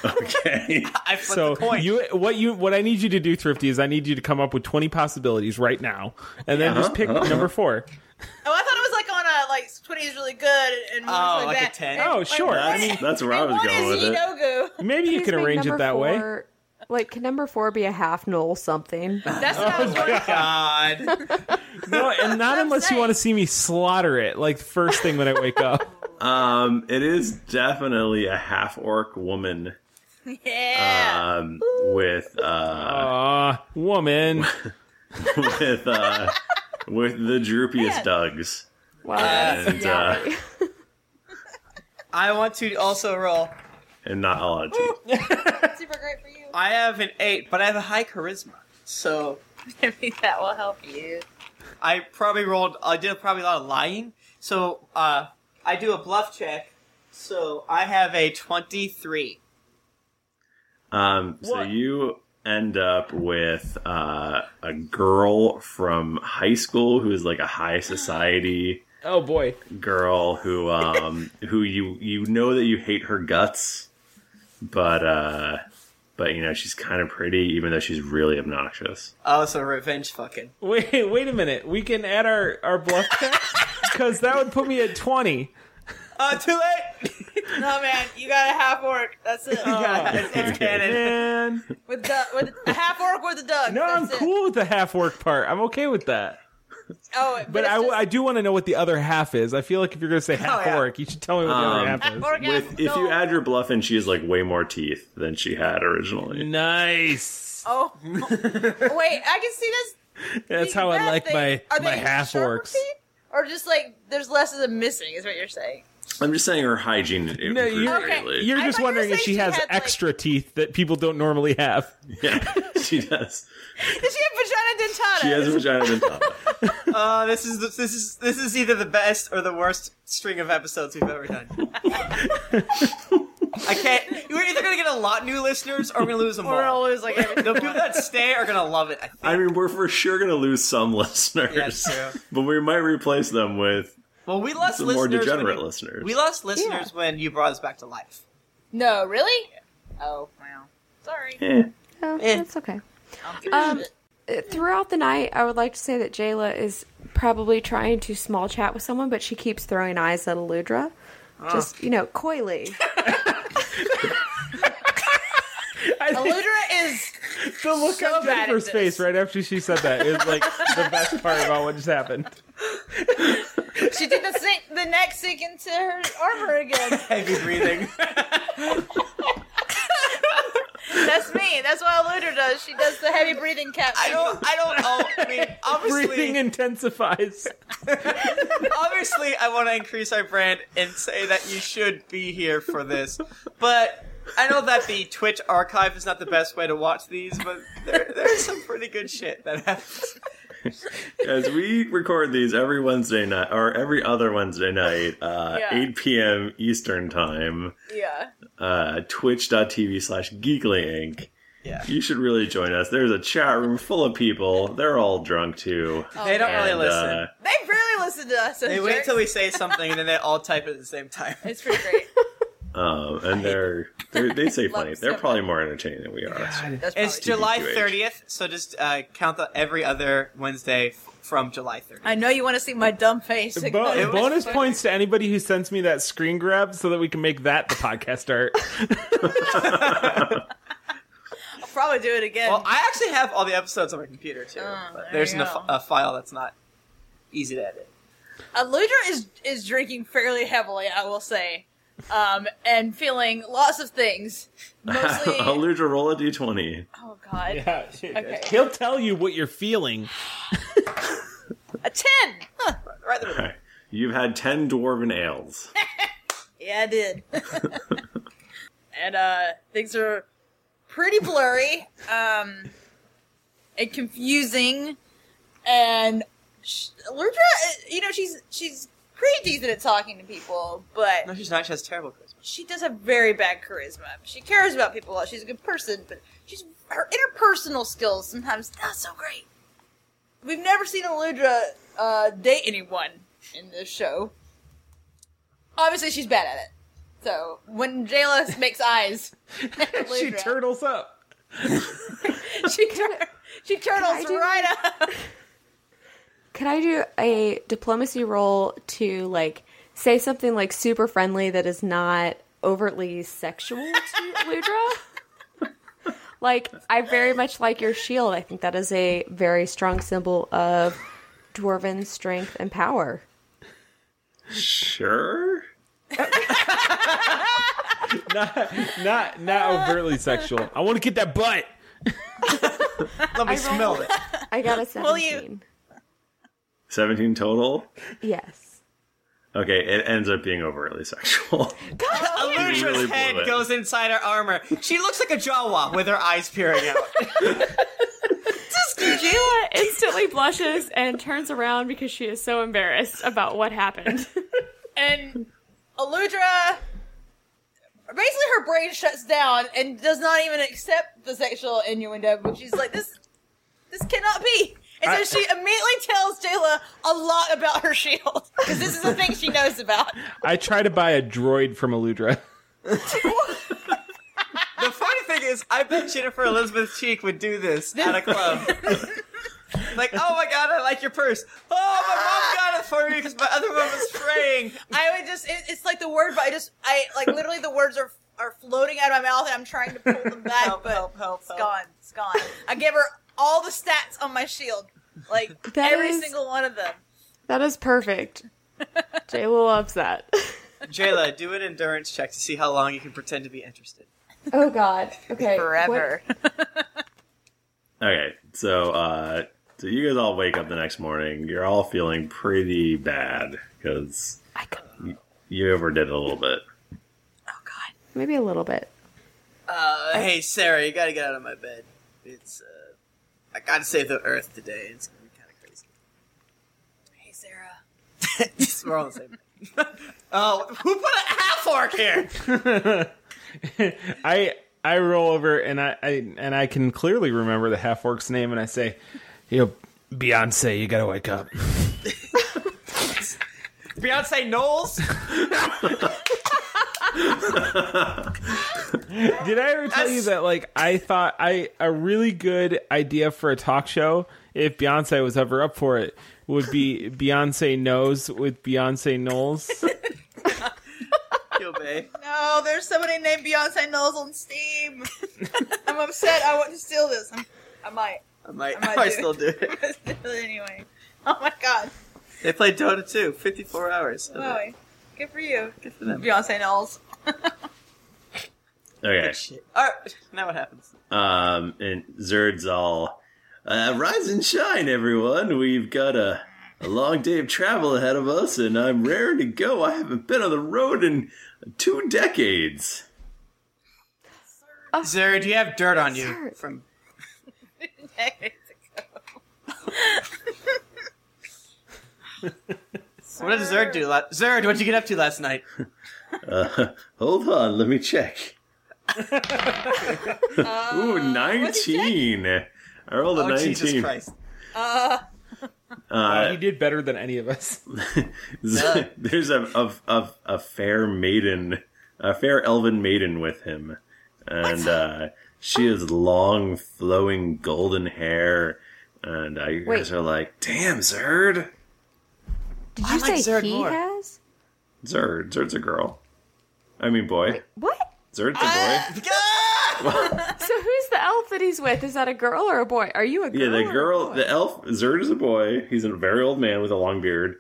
Okay. (laughs) I flipped so the coin. you what you what I need you to do, Thrifty, is I need you to come up with 20 possibilities right now and then just Uh-huh, pick uh-huh. number 4. Oh, I thought it was like on a like twenty is really good and one Oh, like is like a that. 10? And, Oh, like, sure. one I is- mean, That's where I was one going is with it. Yinogu. Maybe you Please can make arrange it number that way. four- Like can number four be a half null something? That's what I (laughs) Oh, was going. God. No, and not unless you want to see me slaughter it like the first thing when I wake up. (laughs) Um, it is definitely a half orc woman. (laughs) Yeah. Um, with uh, Uh, woman. (laughs) with uh, with the droopiest dugs. Well, And, uh, I want to also roll. and not all at you. (laughs) Super great for you. I have an eight, but I have a high charisma, so (laughs) Maybe that will help you. I probably rolled. I did probably a lot of lying. So uh, I do a bluff check. So I have a twenty-three. Um, so you end up with uh, a girl from high school who is like a high society Oh boy. girl who um, who you you know that you hate her guts, but uh, but you know she's kind of pretty even though she's really obnoxious. Oh, so revenge fucking. Wait, wait a minute. We can add our our bluff because that would put me at 20. Uh, too late. (laughs) No man, you got a half orc. (laughs) That's it. Oh. it's, it's canon. Man. With the with a half orc with a duck. No, I'm That's it. cool with the half work part. I'm okay with that. Oh, but, But it's I, just- I do want to know what the other half is. I feel like if you're going to say half yeah. work, you should tell me what the Um, other half half is. orc. With if you add your bluff in, she has like way more teeth than she had originally. Nice. Oh, (laughs) wait! I can see this. That's how I that like thing- my are my they half sharper orcs. teeth? Or just like there's less of them missing, is what you're saying. (laughs) I'm just saying her hygiene improved No, you're- greatly. You're I just thought you were wondering if saying she she has had, like- extra teeth that people don't normally have. Yeah, she does. Did she have vagina dentata? She has a vagina dentata. Uh, this is the, this is this is either the best or the worst string of episodes we've ever done. I can't. We're either gonna get a lot new listeners or we're gonna lose them Or I'll all. lose like every The people that stay are gonna love it. I think. I mean, we're for sure going to lose some (laughs) listeners. Yeah, true. But we might replace them with Well, we lost some listeners. more when degenerate you- listeners. We lost listeners when you brought us back to life. No, really? Oh, wow. Sorry. Eh. no, Oh, that's okay. I'll give Um, you shit. Uh, Throughout the night, I would like to say that Jayla is probably trying to small chat with someone, but she keeps throwing eyes at Aludra. Ah. Just you know, (laughs) coyly. (laughs) Eludra is The look So on bad at Jennifer's this. face right after she said that is like the best part about what just (laughs) happened. she did the sink the neck sink into her armor again. Heavy breathing. That's me. That's what Eludra does. She does the heavy breathing caption. I don't. I don't know. I (laughs) mean, Breathing obviously, intensifies. obviously, I want to increase our brand and say that you should be here for this. But I know that the Twitch archive is not the best way to watch these, but there, there's some pretty good shit that happens. As we record these every Wednesday night, or every other Wednesday night, uh, Yeah. 8 p.m. Eastern Time, Yeah. uh, twitch.tv slash geekly inc. Yeah. You should really join us. There's a chat room full of people. They're all drunk too. Oh, They don't really And, listen. uh, They really listen to us. they wait till we say something and then they all type it at the same time. It's pretty great. Um, and they're, they're they say funny. They're probably more entertaining than we are. (laughs) It's July TBQH. 30th, so just uh, count the, every other Wednesday f- from July 30th. I know you want to see my dumb face. Bo- bonus points to anybody who sends me that screen grab so that we can make that the podcast (laughs) art. I'll probably do it again. Oh, Well, I actually have all the episodes on my computer too. but there's you an, a, fi- a file that's not easy to edit. Eludra is is drinking fairly heavily, I will say, um, and feeling lots of things. Mostly, Aludra, roll a d20. oh god, (laughs) okay. He'll tell you what you're feeling. a ten. Huh, right there. Alright. You've had 10 dwarven ales. Yeah, I did. (laughs) and uh, things are pretty blurry, um, and confusing, and sh- Lurdra, you know, she's she's pretty decent at talking to people, but No, she's not. She has terrible charisma. she does have very bad charisma. She cares about people a lot. She's a good person, but she's her interpersonal skills sometimes not so great. We've never seen Aludra uh, date anyone in this show. Obviously, she's bad at it. So when Jayla makes eyes, (laughs) at She Aludra, turtles up. she, tur- she turtles right up. Could I do a diplomacy roll to like say something like super friendly that is not overtly sexual (laughs) to Ludra? like I very much like your shield. I think that is a very strong symbol of dwarven strength and power. Sure. (laughs) not, not, not overtly sexual. I want to get that butt. (laughs) Let me smell it. I got a Will seventeen. you- 17 total. Yes. Okay, it ends up being overtly sexual. (laughs) (laughs) Aludra's really blew head it. goes inside her armor. She looks like a Jawa with her eyes peering out. Jayla instantly blushes and turns around because she is so embarrassed about what happened. And Aludra, basically, her brain shuts down and does not even accept the sexual innuendo. But she's like, "This, this cannot be." And so I- she immediately tells Jayla a lot about her shield because this is the thing she knows about. I try to buy a droid from Aludra. the funny thing is, I bet Jennifer Elizabeth Cheek would do this at a (laughs) club. like, oh my god, I like your purse. Oh, my mom got it for me because my other one was fraying. I would just, it, it's like the word, but I just, I like literally the words are are floating out of my mouth and I'm trying to pull them back, but it's gone, it's gone. I gave her all the stats on my shield, like That every is- single one of them. That is perfect. Jayla loves that. Jayla, do an endurance check to see how long you can pretend to be interested. Oh God. Okay. Forever. Okay, so uh, so you guys all wake up the next morning. You're all feeling pretty bad because you overdid it a little bit. Maybe a little bit. Uh, hey, Sarah, you gotta get out of my bed. It's, uh, I gotta save the earth today. It's gonna be kind of crazy. Hey, Sarah. (laughs) We're all the same. (laughs) (laughs) oh, who put a half orc here? I I roll over and I, I and I can clearly remember the half orc's name and I say, "You know, Beyonce, you gotta wake up." (laughs) Beyonce (laughs) Knowles? Did I ever tell you that like I thought I a really good idea for a talk show if Beyonce was ever up for it would be Beyonce knows with Beyonce Knowles. Yo, babe. No, there's somebody named Beyonce Knowles (laughs) on Steam. I'm upset. I want to steal this. I'm, I might. I might, I I might might do. still do it. anyway. Oh my god. They played Dota 2, 54 hours. of Wow. Good for you. Good for them. Beyonce Knowles. Okay, it. All right, now what (laughs) happens? um, and Zerd's all uh, rise and shine, everyone. We've got a a long day of travel ahead of us, and I'm raring to go. I haven't been on the road in two decades. Zara, do Oh. you have dirt on you? Zara. From (laughs) What did Zerd do? La- Zerd, what'd you get up to last night? Uh, (laughs) hold on, let me check. Uh, Ooh, 19. I rolled a Oh, 19. Jesus Christ. Uh, he did better than any of us. (laughs) there's a, a, a, a fair maiden a fair elven maiden with him, and uh, she has long, flowing golden hair. And uh, you Wait. guys are like, "Damn, Zerd! Did I you like say Zerd he more. has? Zerd, Zerd's a girl. I mean, boy. What? Zerd's Ah! a boy. (laughs) so who's the elf that he's with? Is that a girl or a boy? Are you a girl? yeah, the or a girl, the elf. Zerd is a boy. He's a very old man with a long beard,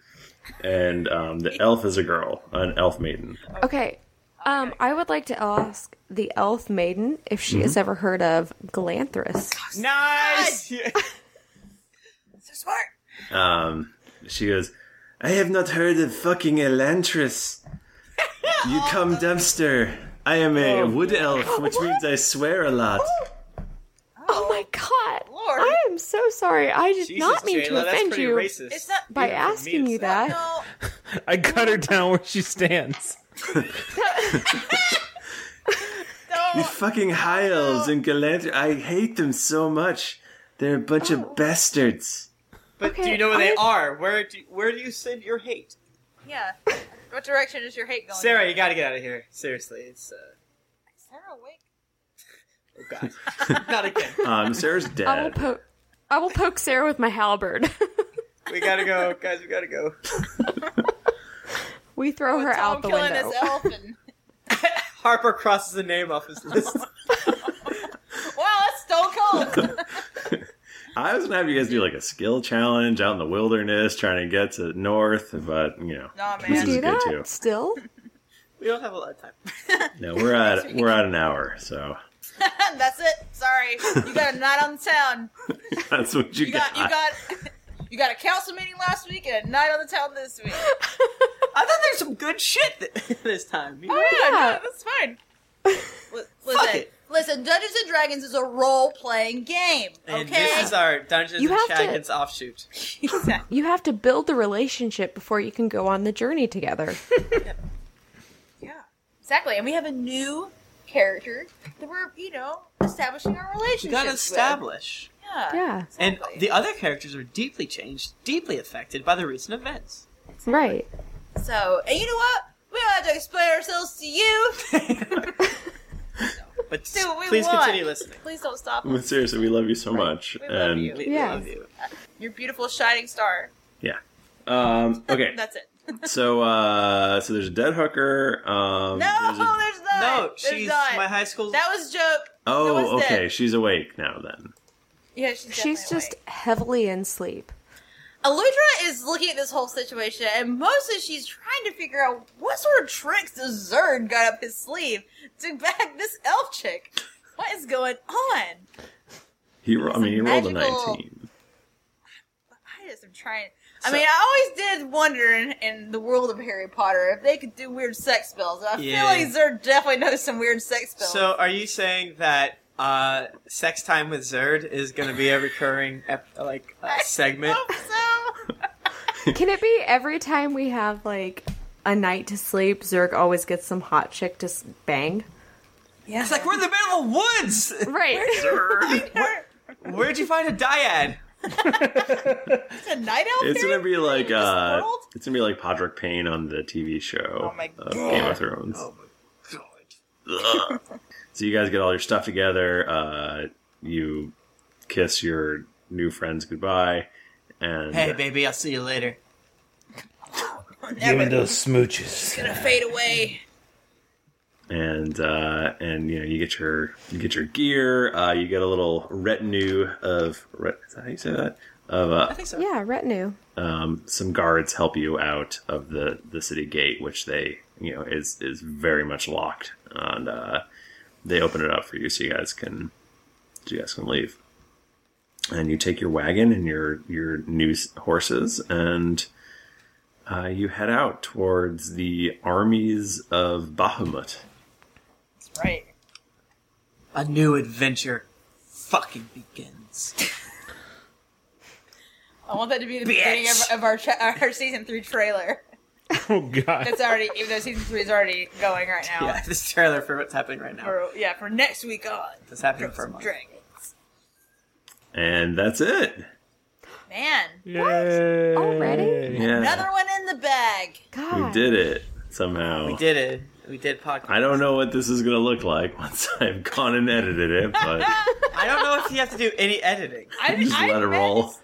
and um, the elf is a girl, an elf maiden. Okay. Um, I would like to ask the elf maiden if she Mm-hmm. has ever heard of Galanthus. (laughs) Nice. so smart. Um, she goes, I have not heard of fucking Elantris. (laughs) you come dumpster. I am a Oh. wood elf, which means I swear a lot. Oh my god! I am so sorry. I did Jesus, not mean Jayla, to that's offend pretty you racist. It's not- by Even for me, asking it's you that. I cut her down where she stands. Oh. You fucking high elves and Galantris. I hate them so much. They're a bunch Oh. of bastards. (laughs) But do you know where they are? Where do where do you send your hate? Yeah. what direction is your hate going? Sarah, you got to get out of here. Seriously, it's uh, oh Sarah, (laughs) wait. not again. Um, Sarah's I (laughs) will dead. poke. I will poke Sarah with (laughs) my halberd. We gotta go, guys. We gotta (laughs) go. we throw her out the Oh, killing window. this elf (laughs) and Harper crosses the name off his list. (laughs) wow, that's stone cold. (laughs) I was gonna have you guys do like a skill challenge out in the wilderness, trying to get to north, but you know, Nah, this man. is Do good that? too. Still, (laughs) we don't have a lot of time. No, we're at we're at an hour, so (laughs) (laughs) that's it. Sorry, you got a night on the town. that's what you, You got you got (laughs) you got a council meeting last week and a night on the town this (laughs) week. I thought there's some good shit th- (laughs) this time. You know? Oh yeah, no, that's fine. Li- Listen, listen. Dungeons and Dragons is a role-playing game. Okay, And this is our Dungeons You and have to- Dragons offshoot. you have to build the relationship before you can go on the journey together. exactly. And we have a new character that we're you know establishing our relationship. You gotta establish. Yeah. Yeah. And the other characters are deeply changed, deeply affected by the recent events. Right. So, and you know what? We don't have to explain ourselves to you. But Do what we please want. continue listening. Please don't stop. Well, us. seriously, we love you so much, and Yes. Your beautiful shining star. (laughs) yeah. Um, okay, That's it. (laughs) so uh, so there's a dead hooker. Um, no, there's there's a- not. No, There's she's not. my high school. That was a joke. that oh, was okay, dead. she's awake now. Then Yeah, she's, She's definitely just heavily in sleep. Aludra is looking at this whole situation, and mostly she's trying to figure out what sort of tricks does Zerd got up his sleeve to bag this elf chick. What is going on? he, ro- I mean, he rolled a magical- nineteen. I just am trying. I mean, I always did wonder in, in the world of Harry Potter if they could do weird sex spells. And I Yeah. feel like Zerd definitely knows some weird sex spells. So, are you saying that uh, sex time with Zerd is going to be a recurring ep- like uh, segment? (laughs) Can it be every time we have like a night to sleep, Zerg always gets some hot chick to s- bang? Yeah. It's like we're in the middle of the woods, Right. Where, would you find a dyad? it's a night elf. It's fairy? gonna be like This uh, world? it's gonna be like Podrick Payne on the TV show Oh my of God. Game of Thrones. Oh Ugh. (laughs) so you guys get all your stuff together. Uh, you kiss your new friends goodbye, and Hey, baby, I'll see you later. Never. those smooches. It's gonna fade away. and uh, and you know you get your you get your gear. Uh, you get a little retinue of re- is that how you say that of uh, Yeah, retinue. um, some guards help you out of the the city gate, which they you know is is very much locked, and uh, they open it up for you so you guys can so you guys can leave. And you take your wagon and your your new s- horses, and uh, you head out towards the armies of Bahamut. That's right. A new adventure fucking begins. (laughs) I want that to be the beginning of, of our, tra- our season three trailer. Oh god. (laughs) That's already, even though season three is already going right now. Yeah, this trailer for what's happening right now. For, yeah, for next week on. It's happening for a month. Dragons. And that's it. Man. Yay. Already? Yeah. Oh. Another one in the bag. We did it somehow. We did it. We (laughs) did podcast. I don't know what this is going to look like (laughs) once I've gone and edited (laughs) it, (laughs) but I don't know if you have to do any editing. just let it roll.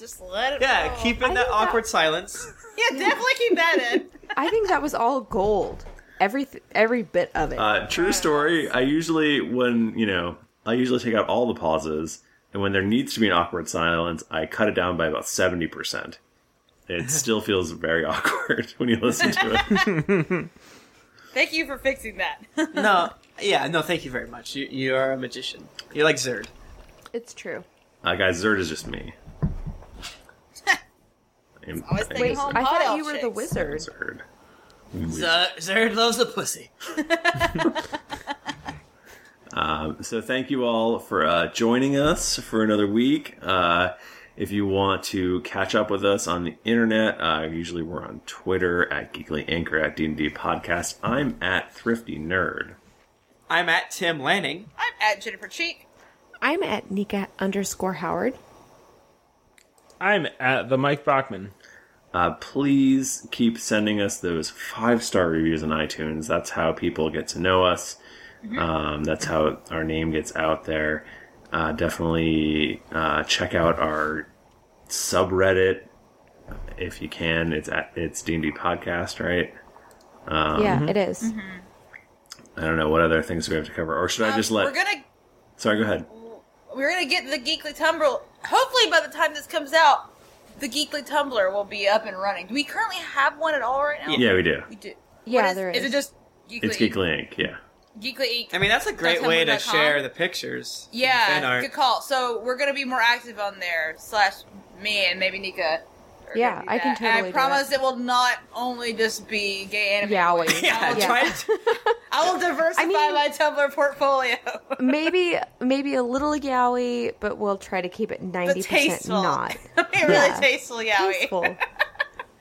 Just let it. Yeah, roll. keep in that awkward (laughs) silence. Yeah, definitely keep that in. I think that was all gold. Every every bit of it. Uh, true story. I usually, when you know, I usually take out all the pauses, and when there needs to be an awkward silence, I cut it down by about seventy percent. (laughs) It still feels very (laughs) awkward when you listen to it. Thank you for fixing that. (laughs) no, yeah, no. Thank you very much. You you are a magician. You're like Zerd. It's true. uh, guys, Zerd is (laughs) just me. I'm- I'm Wait, just- I thought you were the wizard. Zerd. Zer- Zerd loves the pussy. Um, so thank you all for uh, joining us for another week. Uh, if you want to catch up with us on the internet, uh, usually we're on Twitter at Geekly Anchor at D&D Podcast. I'm at Thrifty Nerd. I'm at Tim Lanning. I'm at Jennifer Cheek. I'm at Nika underscore Howard. I'm at the Mike Bachman. Uh, please keep sending us those five star reviews on iTunes. That's how people get to know us. Mm-hmm. Mhm. Um, that's how our name gets out there. Uh, definitely uh, check out our subreddit if you can. It's at it's D and D podcast, right? Um, yeah, it is. Mm-hmm. I don't know what other things we have to cover, or Uh, should I just let? We're gonna Sorry, go ahead. we're gonna get the Geekly Tumblr. Hopefully, by the time this comes out, the Geekly Tumblr will be up and running. Do we currently have one at all right now? Yeah, we do. We do. Yeah, What is, there is. is. it just Geekly? It's Geekly Inc. Yeah. Geekly Inc. I mean, that's a great way to share the pictures. and the fan Yeah, art. good call. So we're gonna be more active on there. Slash me and maybe Nika. Yeah, I can totally. I do promise that. it will not only just be gay anime. (laughs) Yaoi. Yeah, Yeah. try I will diversify my Tumblr portfolio. (laughs) maybe maybe a little yaoi, but we'll try to keep it ninety percent tasteful. not. (laughs) really Yeah. tasteful yaoi.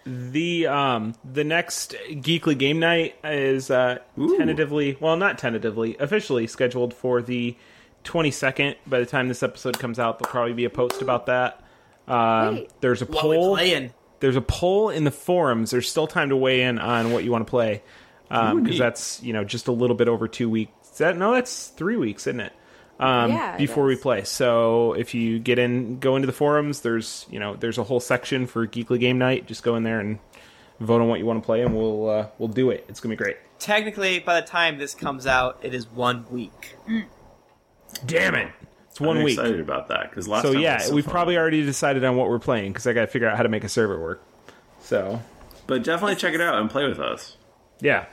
The um the next Geekly game night is uh tentatively, well not tentatively, officially scheduled for the 22nd. By the time this episode comes out, there'll probably be a post about that. Um, Wait. there's a What we poll. playing? There's a poll in the forums. There's still time to weigh in on what you want to play. Um Ooh, 'cause neat. because that's, you know, just a little bit over 2 weeks. Is That no, that's 3 weeks, isn't it? um, Yeah, it before we play. So if you get in, go into the forums. There's you know there's a whole section for Geekly Game Night. Just go in there and vote on what you want to play, and we'll uh, we'll do it. It's gonna be great. Technically, by the time this comes out, it is one week. Mm. Damn it! It's one I'm week. Excited about that because last so time yeah, was so we've fun. probably already decided on what we're playing because I got to figure out how to make a server work. So but definitely check it out and play with us. Yeah,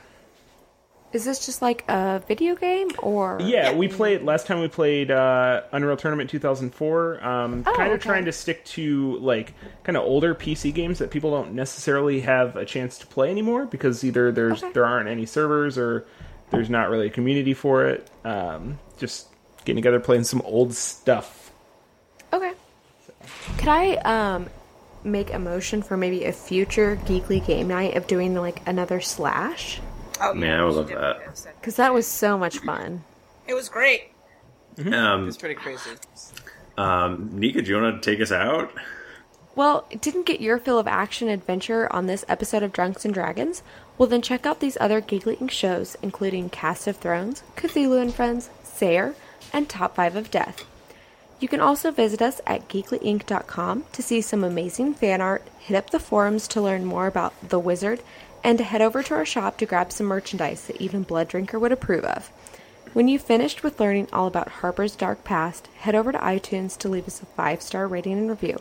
Is this just like a video game or yeah. We played last time. We played uh, Unreal Tournament 2004. Um, Oh, kind of okay. trying to stick to like kind of older PC games that people don't necessarily have a chance to play anymore because either there's there aren't any servers or there's not really a community for it. Um, just getting together playing some old stuff. Okay. Could I um make a motion for maybe a future geekly game night of doing like another slash? Oh Man, I would love that. Because that was so much fun. (laughs) It was great. Um, It's pretty crazy. um, Nika, do you want to take us out? Well, didn't get your fill of action adventure on this episode of Drunks and Dragons? Well, then check out these other Geekly Inc. shows, including Cast of Thrones, Cthulhu and Friends, Sayer, and Top 5 of Death. You can also visit us at geeklyinc.com to see some amazing fan art, hit up the forums to learn more about The Wizard, and to head over to our shop to grab some merchandise that even Blood Drinker would approve of. When you've finished with learning all about Harper's Dark Past, head over to iTunes to leave us a five star rating and review.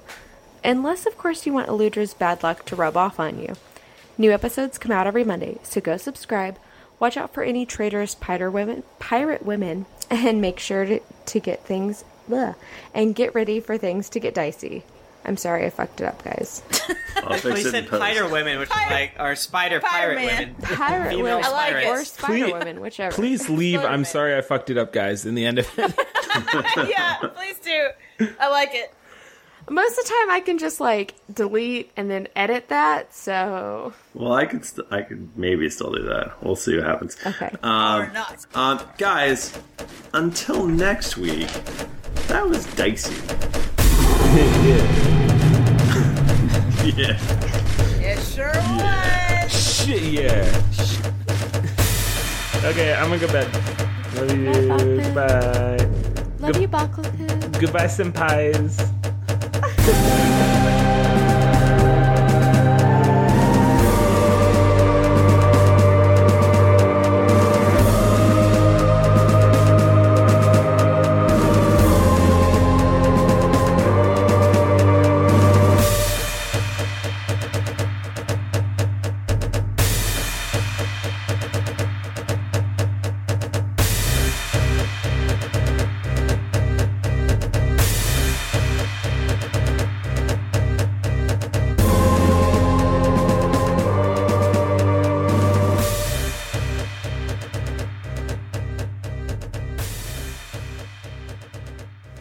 Unless, of course, you want Eludra's bad luck to rub off on you. New episodes come out every Monday, so go subscribe. Watch out for any traitorous pirate women, pirate women, (laughs) and make sure to, to get things bleh, and get ready for things to get dicey. I'm sorry, I fucked it up, (laughs) guys. I'll Well, fix you it in said post. pirate women, which is like our spider pirate Fireman. women. Pirate Female women, spider or pirates. spider Please- women, whichever. (laughs) Please leave. I'm sorry I fucked it up, guys. In the end of (laughs) it. (laughs) yeah, please do. I like it. Most of the time, I can just like delete and then edit that. So Well, I could, st- I could maybe still do that. We'll see what happens. Okay. Um, um, guys, until next week, that was dicey. (laughs) yeah. It sure was. (laughs) Shit, yeah. Okay, I'm gonna go bed. Love you. Bye. Love you, Baklaku. Goodbye, senpais.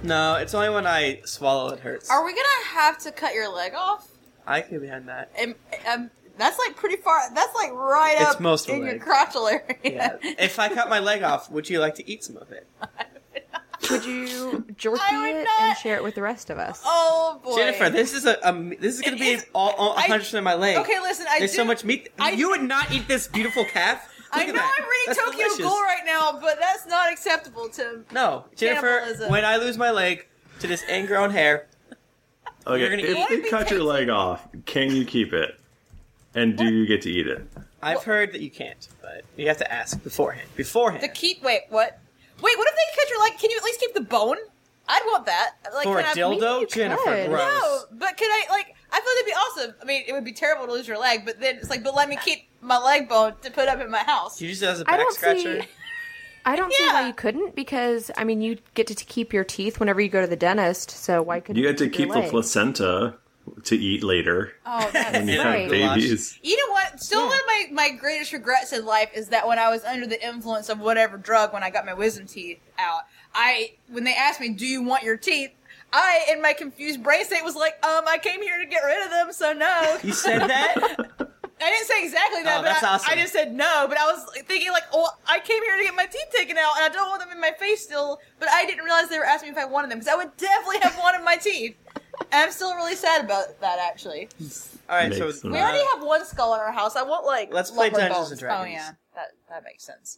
No, it's only when I swallow it hurts. Are we gonna have to cut your leg off? I can behind that. Um, um, that's like pretty far. That's like right It's up most of in the your leg. crotchal area. If I cut my leg off, would you like to eat some of it? Would (laughs) you jorky it and share it with the rest of us? Oh boy, Jennifer, this is a, um, this is gonna be all, all 100% of my leg. Okay, listen, I There's do- so much meat. you would not eat this beautiful calf. I Look at know that. I'm reading That's Tokyo delicious. Ghoul right now, but that's not acceptable to No, Jennifer, Cannibalism. when I lose my leg to this ingrown hair, You're Okay, gonna if eat- they cut your leg off, can you keep it? And do you get to eat it? I've heard that you can't, but you have to ask beforehand. Beforehand. to keep. Wait, what? Wait, what if they cut your leg? Can you at least keep the bone? I'd want that. Like, For a can I- dildo? You Jennifer, could. gross. No, but can I like? I thought it'd be awesome. I mean, it would be terrible to lose your leg, but then it's like, but let me keep my leg bone to put up in my house. You just as a I back don't scratcher. see. I don't see why you couldn't because I mean you get to, keep your teeth whenever you go to the dentist, so why couldn't You get to your keep the leg? placenta to eat later Oh, that's when you Right. have babies. You know what? Still, one of my, my greatest regrets in life is that when I was under the influence of whatever drug, when I got my wisdom teeth out, I when they asked me, "Do you want your teeth?" I, in my confused brain state, was like, "Um, I came here to get rid of them, so no." You said that? (laughs) I didn't say exactly that, Oh, but that's I, awesome. I just said no. But I was thinking like, "Well, I came here to get my teeth taken out, and I don't want them in my face still." But I didn't realize they were asking me if I wanted them because I would definitely have wanted my teeth. And I'm still really sad about that, actually. All right, so We already have one skull in our house. I want like Let's play lumber Dungeons bones. and Dragons. Oh yeah, that that makes sense.